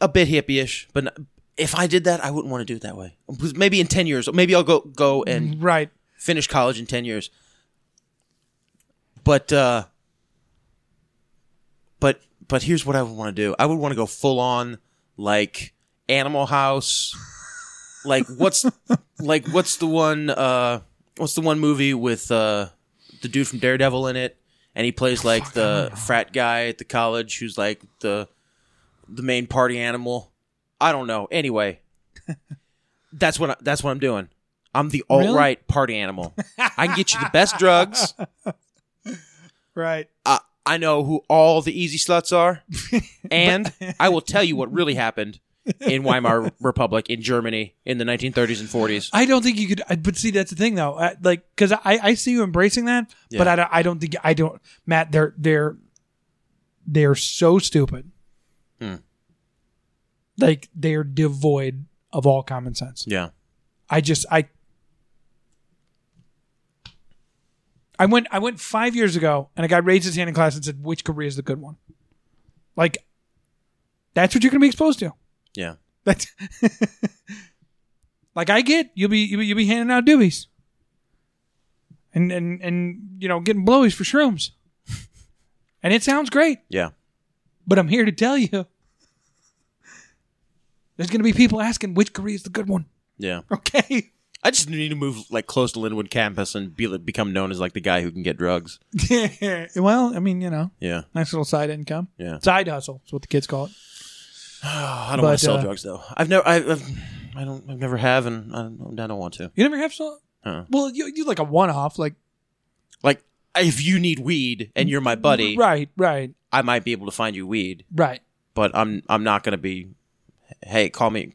Speaker 2: a bit hippie-ish, but not- if I did that, I wouldn't want to do it that way. Because Maybe in ten years, maybe I'll go go and
Speaker 1: Right.
Speaker 2: finish college in ten years. But uh, but but here's what I would want to do. I would want to go full on like Animal House. Like what's like what's the one uh what's the one movie with uh the dude from Daredevil in it, and he plays like the frat guy at the college who's like the the main party animal. I don't know. Anyway, that's what I, that's what I'm doing. I'm the alt
Speaker 1: Really?
Speaker 2: right party animal. I can get you the best drugs.
Speaker 1: Right.
Speaker 2: I, I know who all the easy sluts
Speaker 1: [laughs]
Speaker 2: are, and I will tell you what really happened in Weimar Republic in Germany in the 1930s and 40s.
Speaker 1: I don't think you could. I- But see, that's the thing, though. I, like, because I, I see you embracing that, but
Speaker 2: Yeah.
Speaker 1: I don't. I don't think I don't. Matt, they're they're they're so stupid. Like they're devoid of all common sense.
Speaker 2: Yeah,
Speaker 1: I just I I went I went five years ago, and a guy raised his hand in class and said, "Which career is the good one?" Like, that's what you're going to be exposed to.
Speaker 2: yeah,
Speaker 1: That's [laughs] like I get you'll be you'll be, you'll be handing out doobies, and and and you know getting blowies for shrooms, and it sounds great.
Speaker 2: yeah.
Speaker 1: But I'm here to tell you, there's going to be people asking which career is the good one. [laughs]
Speaker 2: Yeah,
Speaker 1: Okay,
Speaker 2: I just need to move like close to Linwood campus and be, become known as like the guy who can get drugs.
Speaker 1: [laughs] well, I mean you know,
Speaker 2: Yeah,
Speaker 1: nice little side income,
Speaker 2: Yeah.
Speaker 1: side hustle is what the kids call it.
Speaker 2: Oh, I don't want
Speaker 1: But,
Speaker 2: to sell
Speaker 1: uh,
Speaker 2: drugs though. I've never, I've, I've I don't, I've never have, and I don't, I don't want to.
Speaker 1: You never have so.
Speaker 2: Huh.
Speaker 1: Well, you you like a one off, like
Speaker 2: Like, if you need weed and you're my buddy,
Speaker 1: right, right,
Speaker 2: I might be able to find you weed.
Speaker 1: right.
Speaker 2: but I'm I'm not gonna be. Hey, call me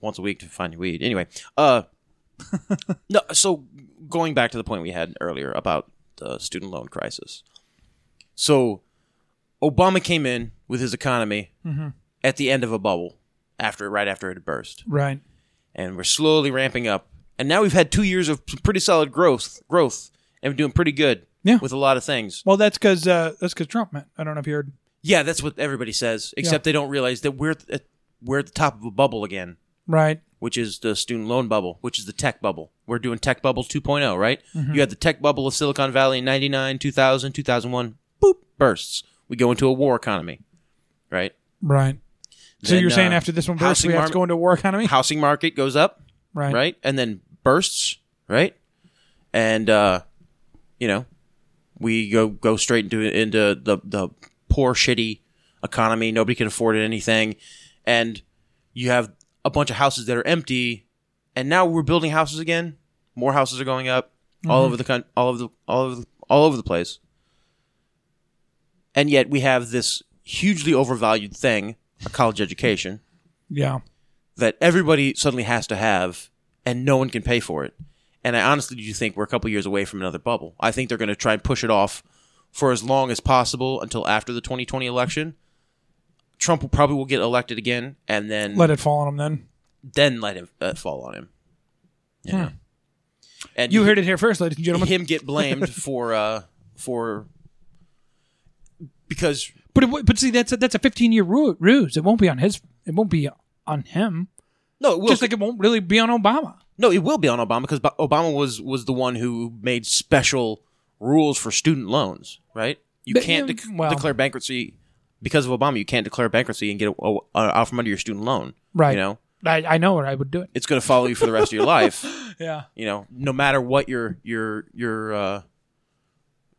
Speaker 2: once a week to find you weed. Anyway, uh, no. So going back to the point we had earlier about the student loan crisis. So Obama came in with his economy at the end of a bubble after right after it had burst,
Speaker 1: Right.
Speaker 2: and we're slowly ramping up. And now we've had two years of pretty solid growth, growth, and we're doing pretty good
Speaker 1: Yeah.
Speaker 2: with a lot of things.
Speaker 1: Well, that's because uh, that's because Trump, man. I don't know if you heard.
Speaker 2: Yeah, that's what everybody says, except they don't realize that we're at, we're at the top of a bubble again,
Speaker 1: Right.
Speaker 2: which is the student loan bubble, which is the tech bubble. We're doing tech bubble 2.0, right? You had the tech bubble of Silicon Valley in 99, 2000, 2001, boop, bursts. We go into a war economy, right?
Speaker 1: Right. So
Speaker 2: Then,
Speaker 1: you're saying
Speaker 2: uh,
Speaker 1: after this one bursts,
Speaker 2: housing
Speaker 1: we have
Speaker 2: mar-
Speaker 1: to go into a war economy?
Speaker 2: Housing market goes up,
Speaker 1: right.
Speaker 2: right? And then bursts, right? And uh, you know, we go go straight into into the the poor shitty economy. Nobody can afford anything, and you have a bunch of houses that are empty. And now we're building houses again. More houses are going up. all over the coun- all over the all over the, all over the place. And yet we have this hugely overvalued thing, a college education,
Speaker 1: Yeah.
Speaker 2: that everybody suddenly has to have and no one can pay for it. And I honestly do think we're a couple years away from another bubble. I think they're going to try and push it off for as long as possible until after the 2020 election. Trump will probably will get elected again and then
Speaker 1: Let it fall on him then.
Speaker 2: then let him uh, fall on him. Yeah. And
Speaker 1: Hmm. You heard it here first, ladies and gentlemen.
Speaker 2: him get blamed [laughs] for uh for because
Speaker 1: But it, w- but see, that's a, that's a 15 year ru- ruse. It won't be on his. It won't be on him.
Speaker 2: no it will
Speaker 1: Just like it won't really be on Obama.
Speaker 2: no it will be on Obama because Bo- Obama was was the one who made special rules for student loans right you
Speaker 1: But,
Speaker 2: can't
Speaker 1: yeah,
Speaker 2: dec
Speaker 1: well-
Speaker 2: declare bankruptcy because of Obama you can't declare bankruptcy and get a, a, a- out from under your student loan
Speaker 1: Right.
Speaker 2: you know
Speaker 1: I, I know, or I would do it.
Speaker 2: it's going to follow you for the
Speaker 1: [laughs]
Speaker 2: rest of your life
Speaker 1: Yeah.
Speaker 2: you know no matter what your your your uh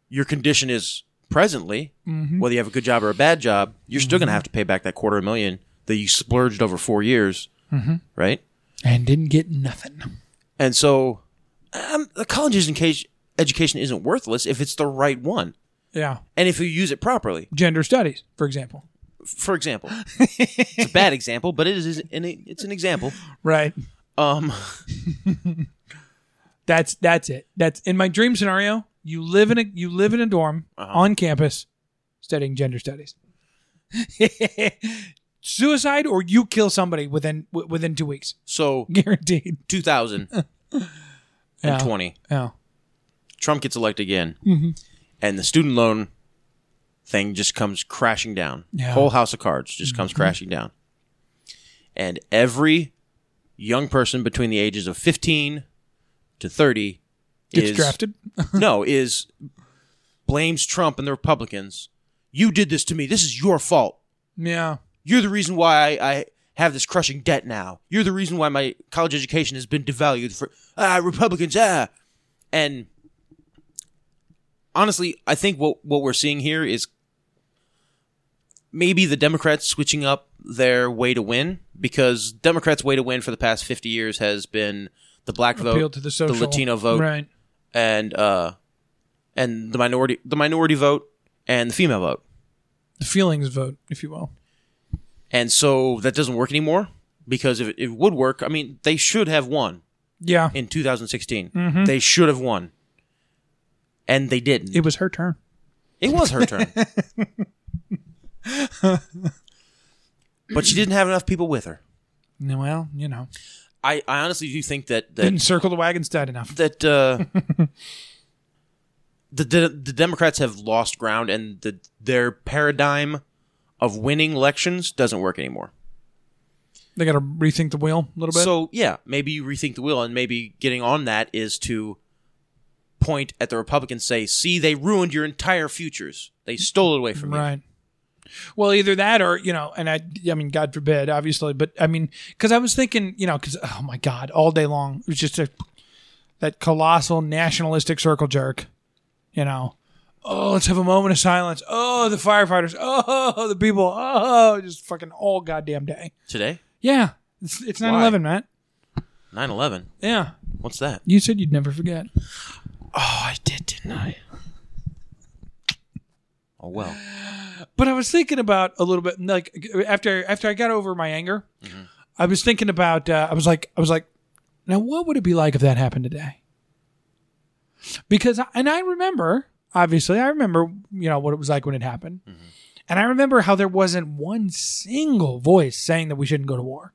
Speaker 2: your condition is presently
Speaker 1: Mm-hmm.
Speaker 2: whether you have a good job or a bad job you're still going to have to pay back that quarter million that you splurged over four years
Speaker 1: Mm-hmm.
Speaker 2: right
Speaker 1: And didn't get nothing.
Speaker 2: and so um, the college education education isn't worthless if it's the right one
Speaker 1: Yeah.
Speaker 2: and if you use it properly
Speaker 1: Gender studies, for example.
Speaker 2: for
Speaker 1: [laughs]
Speaker 2: example it's a bad example but it is an, it's an example
Speaker 1: Right.
Speaker 2: um
Speaker 1: That's that's it. That's in my dream scenario. You live in a you live in a dorm
Speaker 2: Uh-huh.
Speaker 1: on campus, studying gender studies. [laughs] Suicide or you kill somebody within w- within two weeks, [laughs]
Speaker 2: so
Speaker 1: guaranteed.
Speaker 2: 2020
Speaker 1: Yeah. Mm-hmm. Yeah.
Speaker 2: Trump gets elected again, and the student loan thing just comes crashing down.
Speaker 1: Yeah. Mm-hmm.
Speaker 2: Whole house of cards just comes crashing down. And every young person between the ages of 15 to 30
Speaker 1: Gets
Speaker 2: is
Speaker 1: drafted.
Speaker 2: [laughs] no, is blames Trump and the Republicans. You did this to me. This is your fault.
Speaker 1: Yeah.
Speaker 2: You're the reason why I, I have this crushing debt now. You're the reason why my college education has been devalued for ah Republicans ah. And honestly, I think what what we're seeing here is maybe the Democrats switching up their way to win because Democrats' way to win for the past 50 years has been the black
Speaker 1: Appeal
Speaker 2: vote,
Speaker 1: to the social
Speaker 2: Latino vote,
Speaker 1: Right.
Speaker 2: and uh and the minority the minority vote and the female vote.
Speaker 1: The feelings vote, if you will.
Speaker 2: And so that doesn't work anymore because if it, it would work, I mean, they should have won
Speaker 1: Yeah.
Speaker 2: in 2016. They should have won. And they didn't.
Speaker 1: Mm-hmm. It was her turn.
Speaker 2: It was her
Speaker 1: [laughs]
Speaker 2: turn. but she didn't have enough people with her.
Speaker 1: No, Well, you know,
Speaker 2: I, I honestly do think that that
Speaker 1: didn't circle the wagon side enough.
Speaker 2: that uh, [laughs] the, the the Democrats have lost ground and the their paradigm of winning elections doesn't work anymore.
Speaker 1: They got to rethink the wheel a little bit.
Speaker 2: So yeah, maybe you rethink the wheel, and maybe getting on that is to point at the Republicans, say, "See, they ruined your entire futures. They stole it away from you."
Speaker 1: Right. Well, either that or you know, and I, I mean, God forbid, obviously, but I mean, because I was thinking, you know, because oh my God, all day long it was just a that colossal nationalistic circle jerk, you know. Oh, let's have a moment of silence. Oh, the firefighters. Oh, the people. Oh, just fucking all goddamn day.
Speaker 2: Today,
Speaker 1: Yeah, it's it's nine eleven, Matt.
Speaker 2: 9-11.
Speaker 1: Yeah,
Speaker 2: What's that?
Speaker 1: you said you'd never forget.
Speaker 2: Oh, I did, didn't I? Oh well.
Speaker 1: but I was thinking about a little bit like after after I got over my anger, I was thinking about uh, I was like I was like, now what would it be like if that happened today? Because I, and I remember obviously I remember you know what it was like when it happened, and I remember how there wasn't one single voice saying that we shouldn't go to war.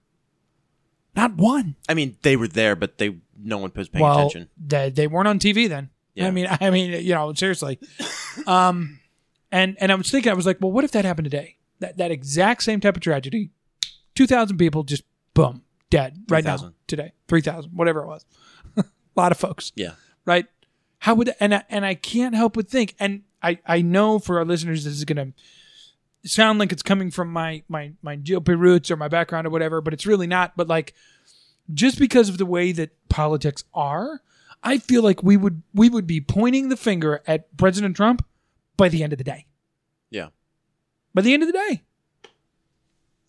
Speaker 1: Not one.
Speaker 2: I mean, they were there, but they no one was paying
Speaker 1: well,
Speaker 2: attention.
Speaker 1: They, they weren't on TV then.
Speaker 2: Yeah.
Speaker 1: I mean, [laughs] I mean, you know, seriously. um, and and I was thinking, I was like, well, what if that happened today? That that exact same type of tragedy, two thousand people just boom dead right now
Speaker 2: 3,000.
Speaker 1: today, three thousand, whatever it was, [laughs] a lot of folks,
Speaker 2: Yeah.
Speaker 1: right? How would and I, and I can't help but think, and I I know for our listeners this is gonna sound like it's coming from my my my GOP roots or my background or whatever, but it's really not. But like just because of the way that politics are, I feel like we would we would be pointing the finger at President Trump by the end of the day.
Speaker 2: Yeah.
Speaker 1: By the end of the day.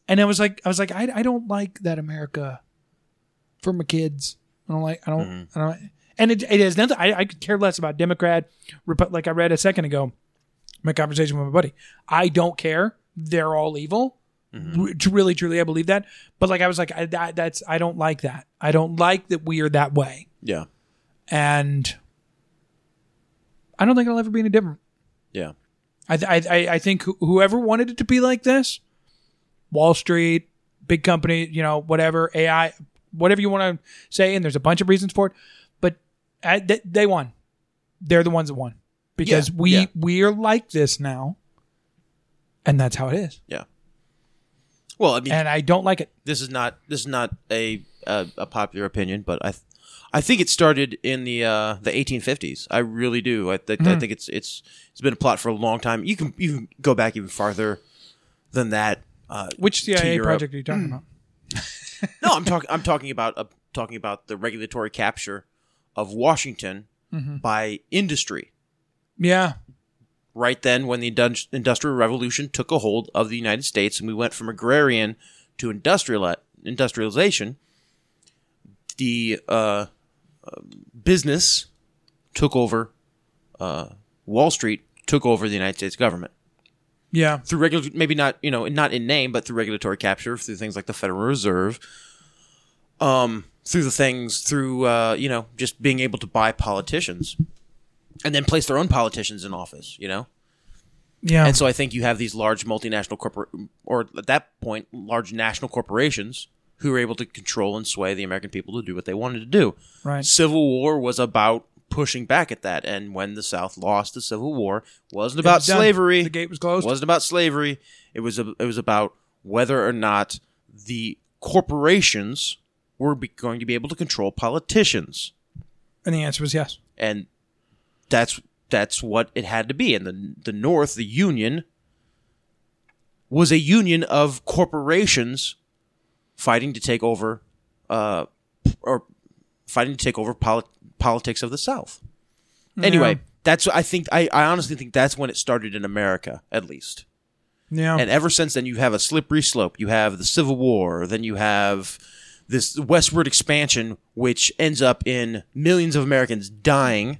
Speaker 1: And I was like, I was like, I, I don't like that America for my kids. I don't like, I don't, I don't. and it, it has nothing. I, I could care less about Democrat, Repu- like I read a second ago, my conversation with my buddy. I don't care. They're all evil. Re- to Really, truly, I believe that. But like I was like, I, that, that's I don't like that. I don't like that we are that way,
Speaker 2: Yeah.
Speaker 1: and I don't think it'll ever be any different.
Speaker 2: Yeah.
Speaker 1: I I I, I think wh- whoever wanted it to be like this, Wall Street, big company, you know, whatever AI, whatever you want to say, and there's a bunch of reasons for it, but I, they, they won. They're the ones that won because
Speaker 2: Yeah,
Speaker 1: we
Speaker 2: yeah.
Speaker 1: we are like this now, and that's how it is.
Speaker 2: Yeah. Well, I mean,
Speaker 1: And I don't like it.
Speaker 2: this is not this is not a a, a popular opinion, but I th- I think it started in the uh, the 1850s. I really do. I, th-
Speaker 1: Hmm.
Speaker 2: I think it's it's it's been a plot for a long time. You can you can go back even farther than that. Uh,
Speaker 1: Which
Speaker 2: to
Speaker 1: CIA
Speaker 2: Europe.
Speaker 1: project are you talking about?
Speaker 2: No, I'm talking. I'm talking about uh, talking about the regulatory capture of Washington
Speaker 1: Mm-hmm.
Speaker 2: by industry.
Speaker 1: Yeah,
Speaker 2: Right then, when the indus- industrial revolution took a hold of the United States, and we went from agrarian to industrial industrialization, the uh, uh, business took over. Uh, Wall Street took over the United States government
Speaker 1: yeah,
Speaker 2: through regular, maybe not you know not in name, but through regulatory capture, through things like the Federal Reserve, um, through the things through uh, you know just being able to buy politicians, and then place their own politicians in office, you know.
Speaker 1: yeah.
Speaker 2: And so I think you have these large multinational corporate, or at that point, large national corporations who were able to control and sway the American people to do what they wanted to do.
Speaker 1: right.
Speaker 2: Civil War was about pushing back at that, and when the South lost the Civil War, wasn't
Speaker 1: It
Speaker 2: about
Speaker 1: was done.
Speaker 2: slavery
Speaker 1: The gate was closed.
Speaker 2: wasn't about slavery. It was a, it was about whether or not the corporations were be, going to be able to control politicians,
Speaker 1: and the answer was yes.
Speaker 2: and that's that's what it had to be. And the the North, the Union, was a union of corporations fighting to take over, uh, or fighting to take over polit- politics of the South. Anyway, that's I think I, I honestly think that's when it started in America, at least.
Speaker 1: Yeah.
Speaker 2: And ever since then, you have a slippery slope. You have the Civil War, then you have this westward expansion, which ends up in millions of Americans dying.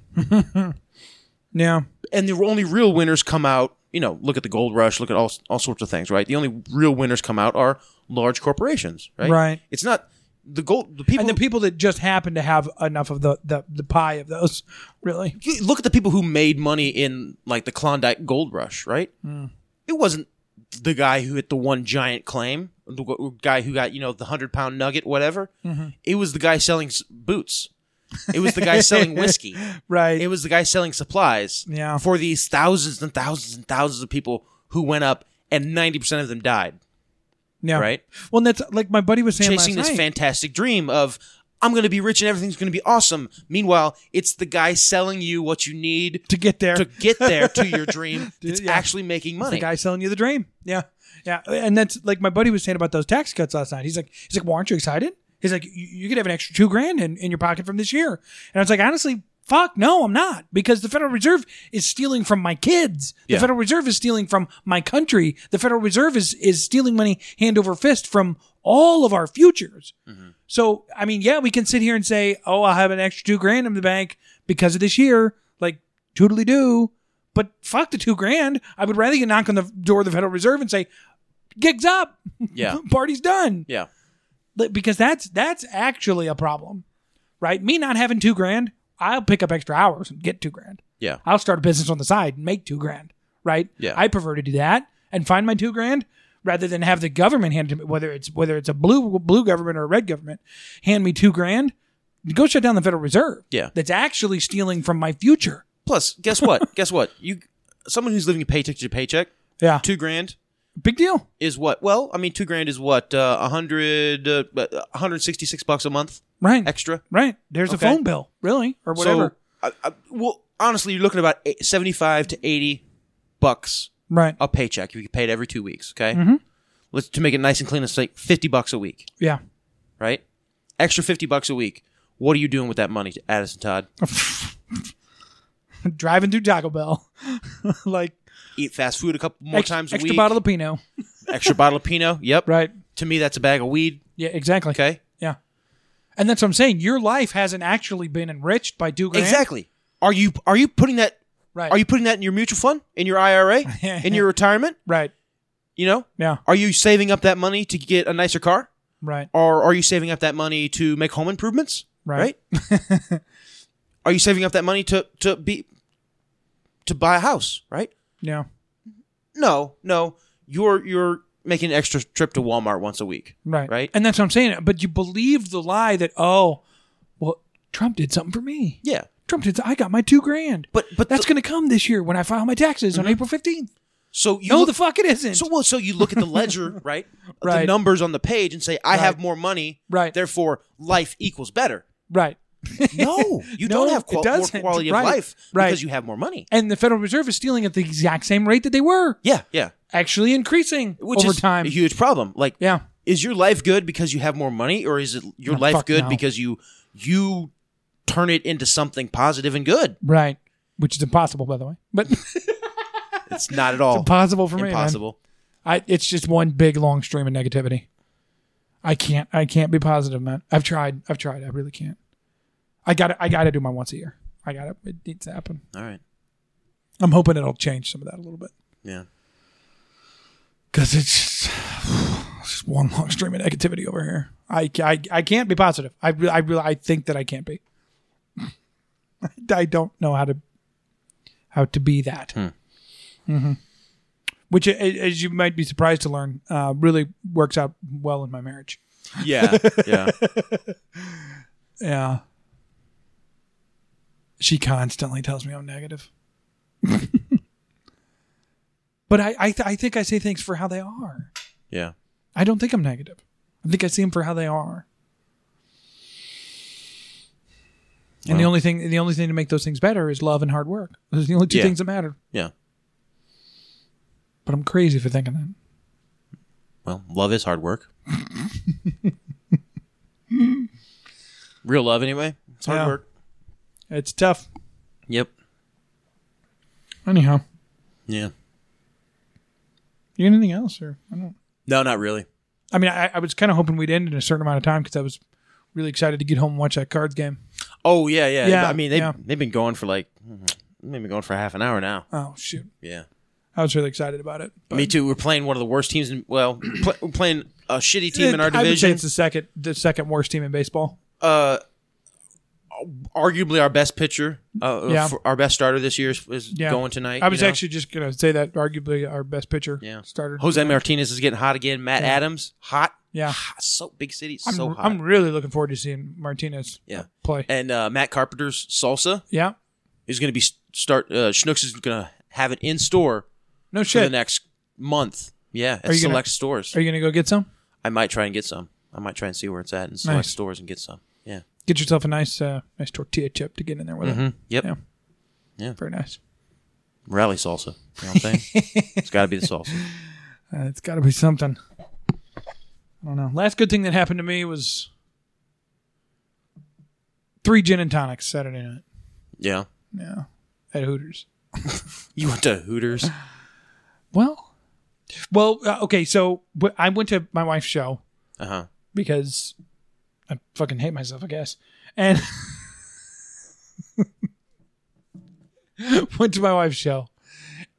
Speaker 1: yeah.
Speaker 2: And the only real winners come out, you know, look at the gold rush, look at all, all sorts of things, right? The only real winners come out are large corporations, right?
Speaker 1: Right.
Speaker 2: It's not the gold, the people.
Speaker 1: and the people that just happen to have enough of the, the, the pie of those, really.
Speaker 2: you look at the people who made money in like the Klondike Gold Rush, right?
Speaker 1: Hmm.
Speaker 2: It wasn't the guy who hit the one giant claim, the g- guy who got you know the hundred pound nugget, whatever.
Speaker 1: Mm-hmm.
Speaker 2: It was the guy selling s- boots. It was the guy selling
Speaker 1: [laughs]
Speaker 2: whiskey.
Speaker 1: Right.
Speaker 2: It was the guy selling supplies
Speaker 1: Yeah.
Speaker 2: for these thousands and thousands and thousands of people who went up, and ninety percent of them died,
Speaker 1: yeah.
Speaker 2: right?
Speaker 1: Well, and that's like my buddy was saying
Speaker 2: chasing
Speaker 1: last
Speaker 2: this
Speaker 1: night.
Speaker 2: fantastic dream of I'm going to be rich and everything's going to be awesome. Meanwhile, it's the guy selling you what you need
Speaker 1: to get there.
Speaker 2: to get there to your
Speaker 1: [laughs]
Speaker 2: dream that's
Speaker 1: Yeah.
Speaker 2: actually making
Speaker 1: the
Speaker 2: money.
Speaker 1: guy selling you the dream. Yeah. Yeah. And that's like my buddy was saying about those tax cuts last night. He's like, he's like, well, aren't you excited? He's like, you- you could have an extra two grand in, in your pocket from this year. And I was like, honestly, fuck, no, I'm not. Because the Federal Reserve is stealing from my kids. The
Speaker 2: Yeah.
Speaker 1: Federal Reserve is stealing from my country. The Federal Reserve is, is stealing money hand over fist from all of our futures.
Speaker 2: Mm-hmm.
Speaker 1: So, I mean, yeah, we can sit here and say, oh, I'll have an extra two grand in the bank because of this year. Like, toodly do. But fuck the two grand. I would rather you knock on the door of the Federal Reserve and say, gigs up.
Speaker 2: Yeah.
Speaker 1: [laughs] Party's done.
Speaker 2: yeah.
Speaker 1: Li- Because that's that's actually a problem, right? Me not having two grand, I'll pick up extra hours and get two grand.
Speaker 2: Yeah.
Speaker 1: I'll start a business on the side and make two grand, right?
Speaker 2: Yeah.
Speaker 1: I prefer to do that and find my two grand rather than have the government hand to me whether it's whether it's a blue blue government or a red government hand me two grand. Go shut down the Federal Reserve.
Speaker 2: Yeah.
Speaker 1: That's actually stealing from my future.
Speaker 2: Plus, guess what? [laughs] guess what? You someone who's living paycheck to paycheck,
Speaker 1: Yeah.
Speaker 2: 2 grand
Speaker 1: Big deal.
Speaker 2: is what? Well, I mean 2 grand is what uh 100 uh, uh, 166 bucks a month
Speaker 1: Right.
Speaker 2: extra.
Speaker 1: Right. There's
Speaker 2: Okay.
Speaker 1: a phone bill, really, or whatever.
Speaker 2: So, I, I, well, honestly, you're looking at about eight- 75 to 80 bucks
Speaker 1: right.
Speaker 2: a paycheck. You get paid every 2 weeks, okay?
Speaker 1: Mm-hmm.
Speaker 2: Let's to make it nice and clean it's like 50 bucks a week,
Speaker 1: Yeah. [laughs]
Speaker 2: right? Extra 50 bucks a week. What are you doing with that money, Addison Todd?
Speaker 1: Driving through Taco Bell, [laughs] like
Speaker 2: Eat fast food a couple more
Speaker 1: ex-
Speaker 2: times a
Speaker 1: extra
Speaker 2: week.
Speaker 1: bottle of Pinot.
Speaker 2: [laughs] extra bottle of Pinot. Yep.
Speaker 1: Right.
Speaker 2: To me, that's a bag of weed.
Speaker 1: Yeah. Exactly.
Speaker 2: Okay.
Speaker 1: Yeah. And that's what I'm saying. Your life hasn't actually been enriched by two grand.
Speaker 2: Exactly. Are you are you putting that
Speaker 1: Right.
Speaker 2: are you putting that in your mutual fund, in your IRA,
Speaker 1: [laughs]
Speaker 2: in your retirement?
Speaker 1: right?
Speaker 2: You know,
Speaker 1: Yeah.
Speaker 2: are you saving up that money to get a nicer car,
Speaker 1: Right.
Speaker 2: or are you saving up that money to make home improvements?
Speaker 1: Right.
Speaker 2: Right? are you saving up that money to to be to buy a house? Right?
Speaker 1: Yeah.
Speaker 2: No, no. You're you're making an extra trip to Walmart once a week.
Speaker 1: Right.
Speaker 2: Right?
Speaker 1: And that's what I'm saying. But you believe the lie that oh, well, Trump did something for me.
Speaker 2: Yeah,
Speaker 1: Trump did. I got my two grand.
Speaker 2: but but
Speaker 1: that's
Speaker 2: the-
Speaker 1: going to come this year when I file my taxes on April 15th.
Speaker 2: so you
Speaker 1: No,
Speaker 2: look-
Speaker 1: the fuck it isn't.
Speaker 2: So well, so you look at the
Speaker 1: [laughs]
Speaker 2: ledger, right? The
Speaker 1: Right.
Speaker 2: numbers on the page and say, I have more money.
Speaker 1: Right.
Speaker 2: Therefore, life equals better.
Speaker 1: right.
Speaker 2: No, you
Speaker 1: [laughs] No,
Speaker 2: don't have
Speaker 1: it
Speaker 2: qual- more
Speaker 1: doesn't.
Speaker 2: quality of
Speaker 1: Right.
Speaker 2: life
Speaker 1: Right.
Speaker 2: because you have more money.
Speaker 1: And the Federal Reserve is stealing at the exact same rate that they were,
Speaker 2: Yeah, yeah.
Speaker 1: actually increasing
Speaker 2: Which
Speaker 1: over
Speaker 2: is
Speaker 1: time.
Speaker 2: a huge problem. Like,
Speaker 1: yeah.
Speaker 2: is your life good because you have more money, or is it your
Speaker 1: No,
Speaker 2: life
Speaker 1: fuck
Speaker 2: good
Speaker 1: no.
Speaker 2: because you you turn it into something positive and good?
Speaker 1: Right. Which is impossible, by the way. But [laughs] it's
Speaker 2: It's not at all
Speaker 1: impossible for me. man.
Speaker 2: Oh, impossible.
Speaker 1: I, it's just one big long stream of negativity. I can't. I can't be positive, man. I've tried. I've tried. I really can't. I got. to I got to do my once a year. I got to It needs to happen.
Speaker 2: All right.
Speaker 1: I'm hoping it'll change some of that a little bit [laughs]
Speaker 2: Yeah.
Speaker 1: because it's, [sighs] it's just one long stream of negativity over here. I, I, I can't be positive. I really, I really, I think that I can't be. [laughs] I don't know how to how to be that. hmm Which, a- as you might be surprised to learn, uh, really works out well in my marriage.
Speaker 2: Yeah. Yeah.
Speaker 1: Yeah. She constantly tells me I'm negative. [laughs] but I I, th- I think I say things for how they are.
Speaker 2: Yeah.
Speaker 1: I don't think I'm negative. I think I see them for how they are. And the only thing the only thing to make those things better is love and hard work. Those are the only two
Speaker 2: Yeah.
Speaker 1: things that matter.
Speaker 2: Yeah.
Speaker 1: But I'm crazy for thinking that.
Speaker 2: Well, love is hard work. [laughs] Real love, anyway. It's hard
Speaker 1: Yeah.
Speaker 2: work.
Speaker 1: It's tough.
Speaker 2: Yep.
Speaker 1: Anyhow.
Speaker 2: Yeah.
Speaker 1: You got anything else or I don't
Speaker 2: No, not really.
Speaker 1: I mean I, I was kinda hoping we'd end in a certain amount of time because I was really excited to get home and watch that cards game.
Speaker 2: Oh yeah, yeah.
Speaker 1: Yeah,
Speaker 2: I mean, they
Speaker 1: yeah.
Speaker 2: they've been going for like they've been going for half an hour now.
Speaker 1: Oh shoot.
Speaker 2: Yeah.
Speaker 1: I was really excited about it. but-
Speaker 2: Me too. We're playing one of the worst teams. in Well, [clears throat] pl- we're playing a shitty team in our
Speaker 1: Eh, I would
Speaker 2: division.
Speaker 1: say
Speaker 2: Uh,
Speaker 1: it's the second the second worst team in baseball.
Speaker 2: Arguably, our best pitcher, uh,
Speaker 1: Yeah.
Speaker 2: for- our best starter this year is, is
Speaker 1: Yeah.
Speaker 2: going tonight.
Speaker 1: I was
Speaker 2: you know?
Speaker 1: actually just gonna say that arguably our best pitcher
Speaker 2: yeah.
Speaker 1: started.
Speaker 2: Jose Martinez is getting hot again. Matt Adams, hot.
Speaker 1: Yeah.
Speaker 2: Hot. So big city,
Speaker 1: I'm,
Speaker 2: so hot.
Speaker 1: I'm really looking forward to seeing Martinez
Speaker 2: yeah.
Speaker 1: play.
Speaker 2: And uh, Matt Carpenter's salsa
Speaker 1: Yeah.
Speaker 2: is going to be s- start. Uh, Schnooks is going to have it in store for
Speaker 1: No
Speaker 2: the
Speaker 1: shit.
Speaker 2: next month. Yeah, at
Speaker 1: Are you gonna-
Speaker 2: select stores.
Speaker 1: Are you gonna go get some?
Speaker 2: I might try and get some. I might try and see where it's at in select
Speaker 1: Nice.
Speaker 2: stores and get some. Yeah.
Speaker 1: Get yourself a nice uh, nice tortilla chip to get in there with it.
Speaker 2: Yep.
Speaker 1: Yeah.
Speaker 2: Yeah.
Speaker 1: Very nice.
Speaker 2: Rally salsa. You know what
Speaker 1: [laughs]
Speaker 2: I'm saying? it's got to be the salsa.
Speaker 1: Uh, it's got to be something. I don't know. Last good thing that happened to me was three gin and tonics Saturday night
Speaker 2: Yeah.
Speaker 1: at Hooters.
Speaker 2: You went to Hooters.
Speaker 1: Well, well, uh, okay. So wh- I went to my wife's show
Speaker 2: Uh huh.
Speaker 1: because I fucking hate myself, I guess, and [laughs] went to my wife's show.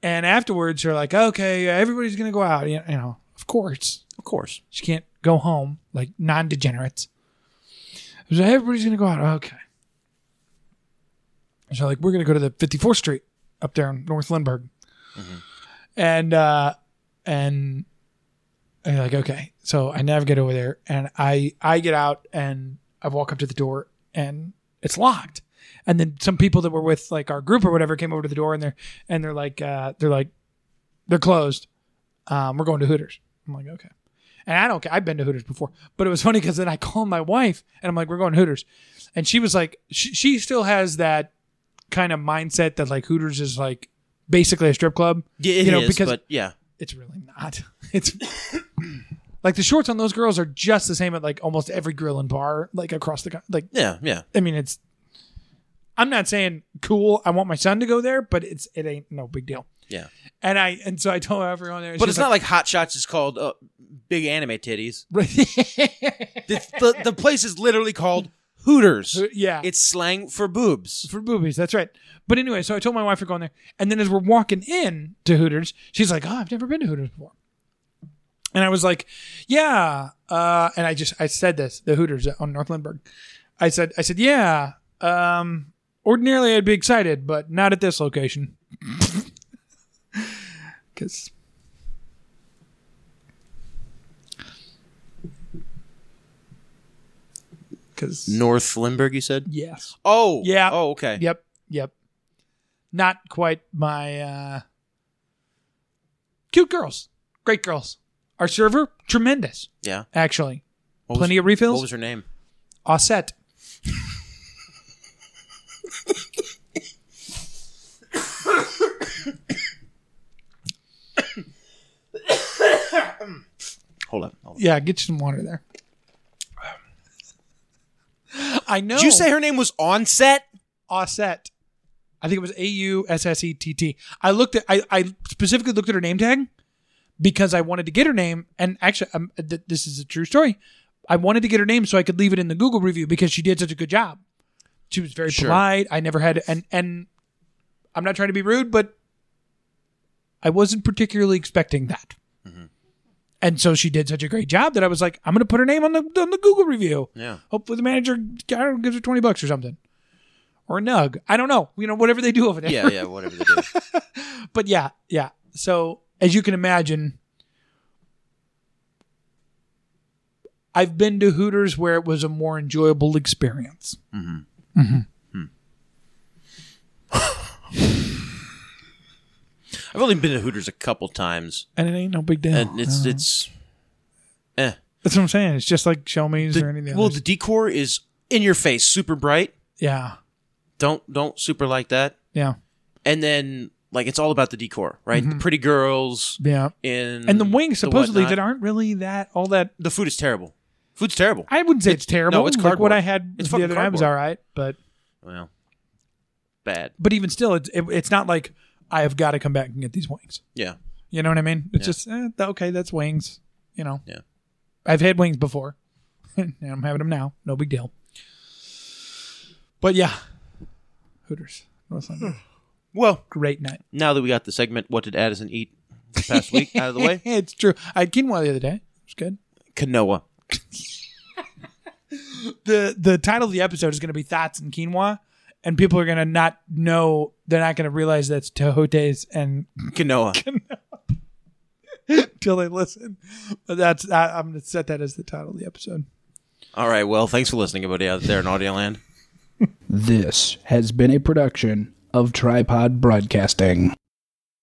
Speaker 1: And afterwards, they're like, "Okay, everybody's gonna go out." You you know, of course,
Speaker 2: Of course.
Speaker 1: she can't go home like non-degenerates. So everybody's gonna go out. Okay. So like we're gonna go to the 54th Street up there in North Lindbergh,
Speaker 2: Mm-hmm.
Speaker 1: and uh, and and like okay, so I navigate over there and I I get out and I walk up to the door and it's locked. And then some people that were with like our group or whatever came over to the door and they're and they're like uh, they're like they're closed. Um, we're going to Hooters. I'm like okay. And I don't care. I've been to Hooters before, but it was funny because then I [laughs] called my wife and I'm like, we're going to Hooters. And she was like, she, she still has that kind of mindset that like Hooters is like basically a strip club.
Speaker 2: Yeah, it
Speaker 1: you know,
Speaker 2: is,
Speaker 1: because
Speaker 2: but yeah.
Speaker 1: it's really not. [laughs] It's [coughs] like the shorts on those girls are just the same at like almost every grill and bar, like across the, co- like,
Speaker 2: Yeah, yeah.
Speaker 1: I mean, it's, I'm not saying cool. I want my son to go there, but it's, it ain't no big deal.
Speaker 2: Yeah.
Speaker 1: And I and so I told everyone there.
Speaker 2: But it's not like Hot Shots is called uh, Big Anime Titties.
Speaker 1: [laughs]
Speaker 2: The, the, the place is literally called Hooters.
Speaker 1: [laughs] yeah.
Speaker 2: It's slang for boobs.
Speaker 1: for boobies. That's right. But anyway, so I told my wife we're going there, and then as we're walking in to Hooters, she's like, "Oh, I've never been to Hooters before," and I was like, "Yeah," uh, and I just I said this the Hooters on North Lindbergh. I said I said yeah. Um, ordinarily I'd be excited, but not at this location [laughs] because. Because
Speaker 2: North Limburg, you said?
Speaker 1: yes,
Speaker 2: Oh.
Speaker 1: Yeah.
Speaker 2: Oh, okay.
Speaker 1: Yep, yep. Not quite my uh cute girls. Great girls. Our server, tremendous,
Speaker 2: Yeah.
Speaker 1: actually.
Speaker 2: What was-
Speaker 1: Plenty of refills?
Speaker 2: What was her name?
Speaker 1: Osset.
Speaker 2: Hold up. Hold up.
Speaker 1: Yeah, get you some water there. I know.
Speaker 2: Did you say her name was on set?
Speaker 1: Osset? I think it was A U S S E T T. I looked at I, I specifically looked at her name tag because I wanted to get her name. And actually, um, th- this is a true story. I wanted to get her name so I could leave it in the Google review because she did such a good job. She was very polite. I never had and and I'm not trying to be rude, but I wasn't particularly expecting that. And so she did such a great job that I was like, I'm going to put her name on the on the Google review.
Speaker 2: Yeah.
Speaker 1: Hopefully the manager I don't know, gives her twenty bucks or something, or a nug. I don't know. You know whatever they do over there.
Speaker 2: Yeah, yeah, whatever they
Speaker 1: [laughs]
Speaker 2: do.
Speaker 1: But yeah, yeah. So as you can imagine, I've been to Hooters where it was a more enjoyable experience.
Speaker 2: I've only been to Hooters a couple times,
Speaker 1: And it ain't no big deal.
Speaker 2: and it's
Speaker 1: Uh,
Speaker 2: it's eh.
Speaker 1: that's what I'm saying. It's just like Shelmies or anything.
Speaker 2: well,
Speaker 1: Well,
Speaker 2: the decor is in your face, super bright.
Speaker 1: yeah,
Speaker 2: Don't don't super like that.
Speaker 1: yeah,
Speaker 2: And then like it's all about the decor, right? The pretty girls
Speaker 1: yeah.
Speaker 2: in
Speaker 1: And Mm-hmm. the wings supposedly
Speaker 2: Mm, whatnot.
Speaker 1: that aren't really that all that.
Speaker 2: the food is terrible. Food's terrible.
Speaker 1: I wouldn't say it's, terrible.
Speaker 2: no, it's
Speaker 1: like
Speaker 2: cardboard.
Speaker 1: what I had
Speaker 2: It's
Speaker 1: the
Speaker 2: fucking
Speaker 1: other night was all
Speaker 2: cardboard.
Speaker 1: right, but
Speaker 2: well, bad.
Speaker 1: but even still, it's it, it's not like I have got to come back and get these wings.
Speaker 2: Yeah.
Speaker 1: You know what I mean? It's just eh, th- okay. That's wings. You know.
Speaker 2: Yeah.
Speaker 1: I've had wings before, [laughs] and I'm having them now. No big deal. But yeah, Hooters. North London.
Speaker 2: [sighs] Well,
Speaker 1: Great night.
Speaker 2: now that we got the segment, what did Addison eat this past week out of the
Speaker 1: [laughs]
Speaker 2: way?
Speaker 1: it's true. I had quinoa the other day. It was good.
Speaker 2: Canoa.
Speaker 1: the the title of the episode is going to be thoughts and quinoa, and people are going to not know. They're not going to realize that's tejotes and
Speaker 2: Canoa.
Speaker 1: [laughs] till they listen. But that's I, I'm going to set that as the title of the episode.
Speaker 2: All right. Well, thanks for listening, everybody out there in Audio Land.
Speaker 6: This has been a production of Tripod Broadcasting.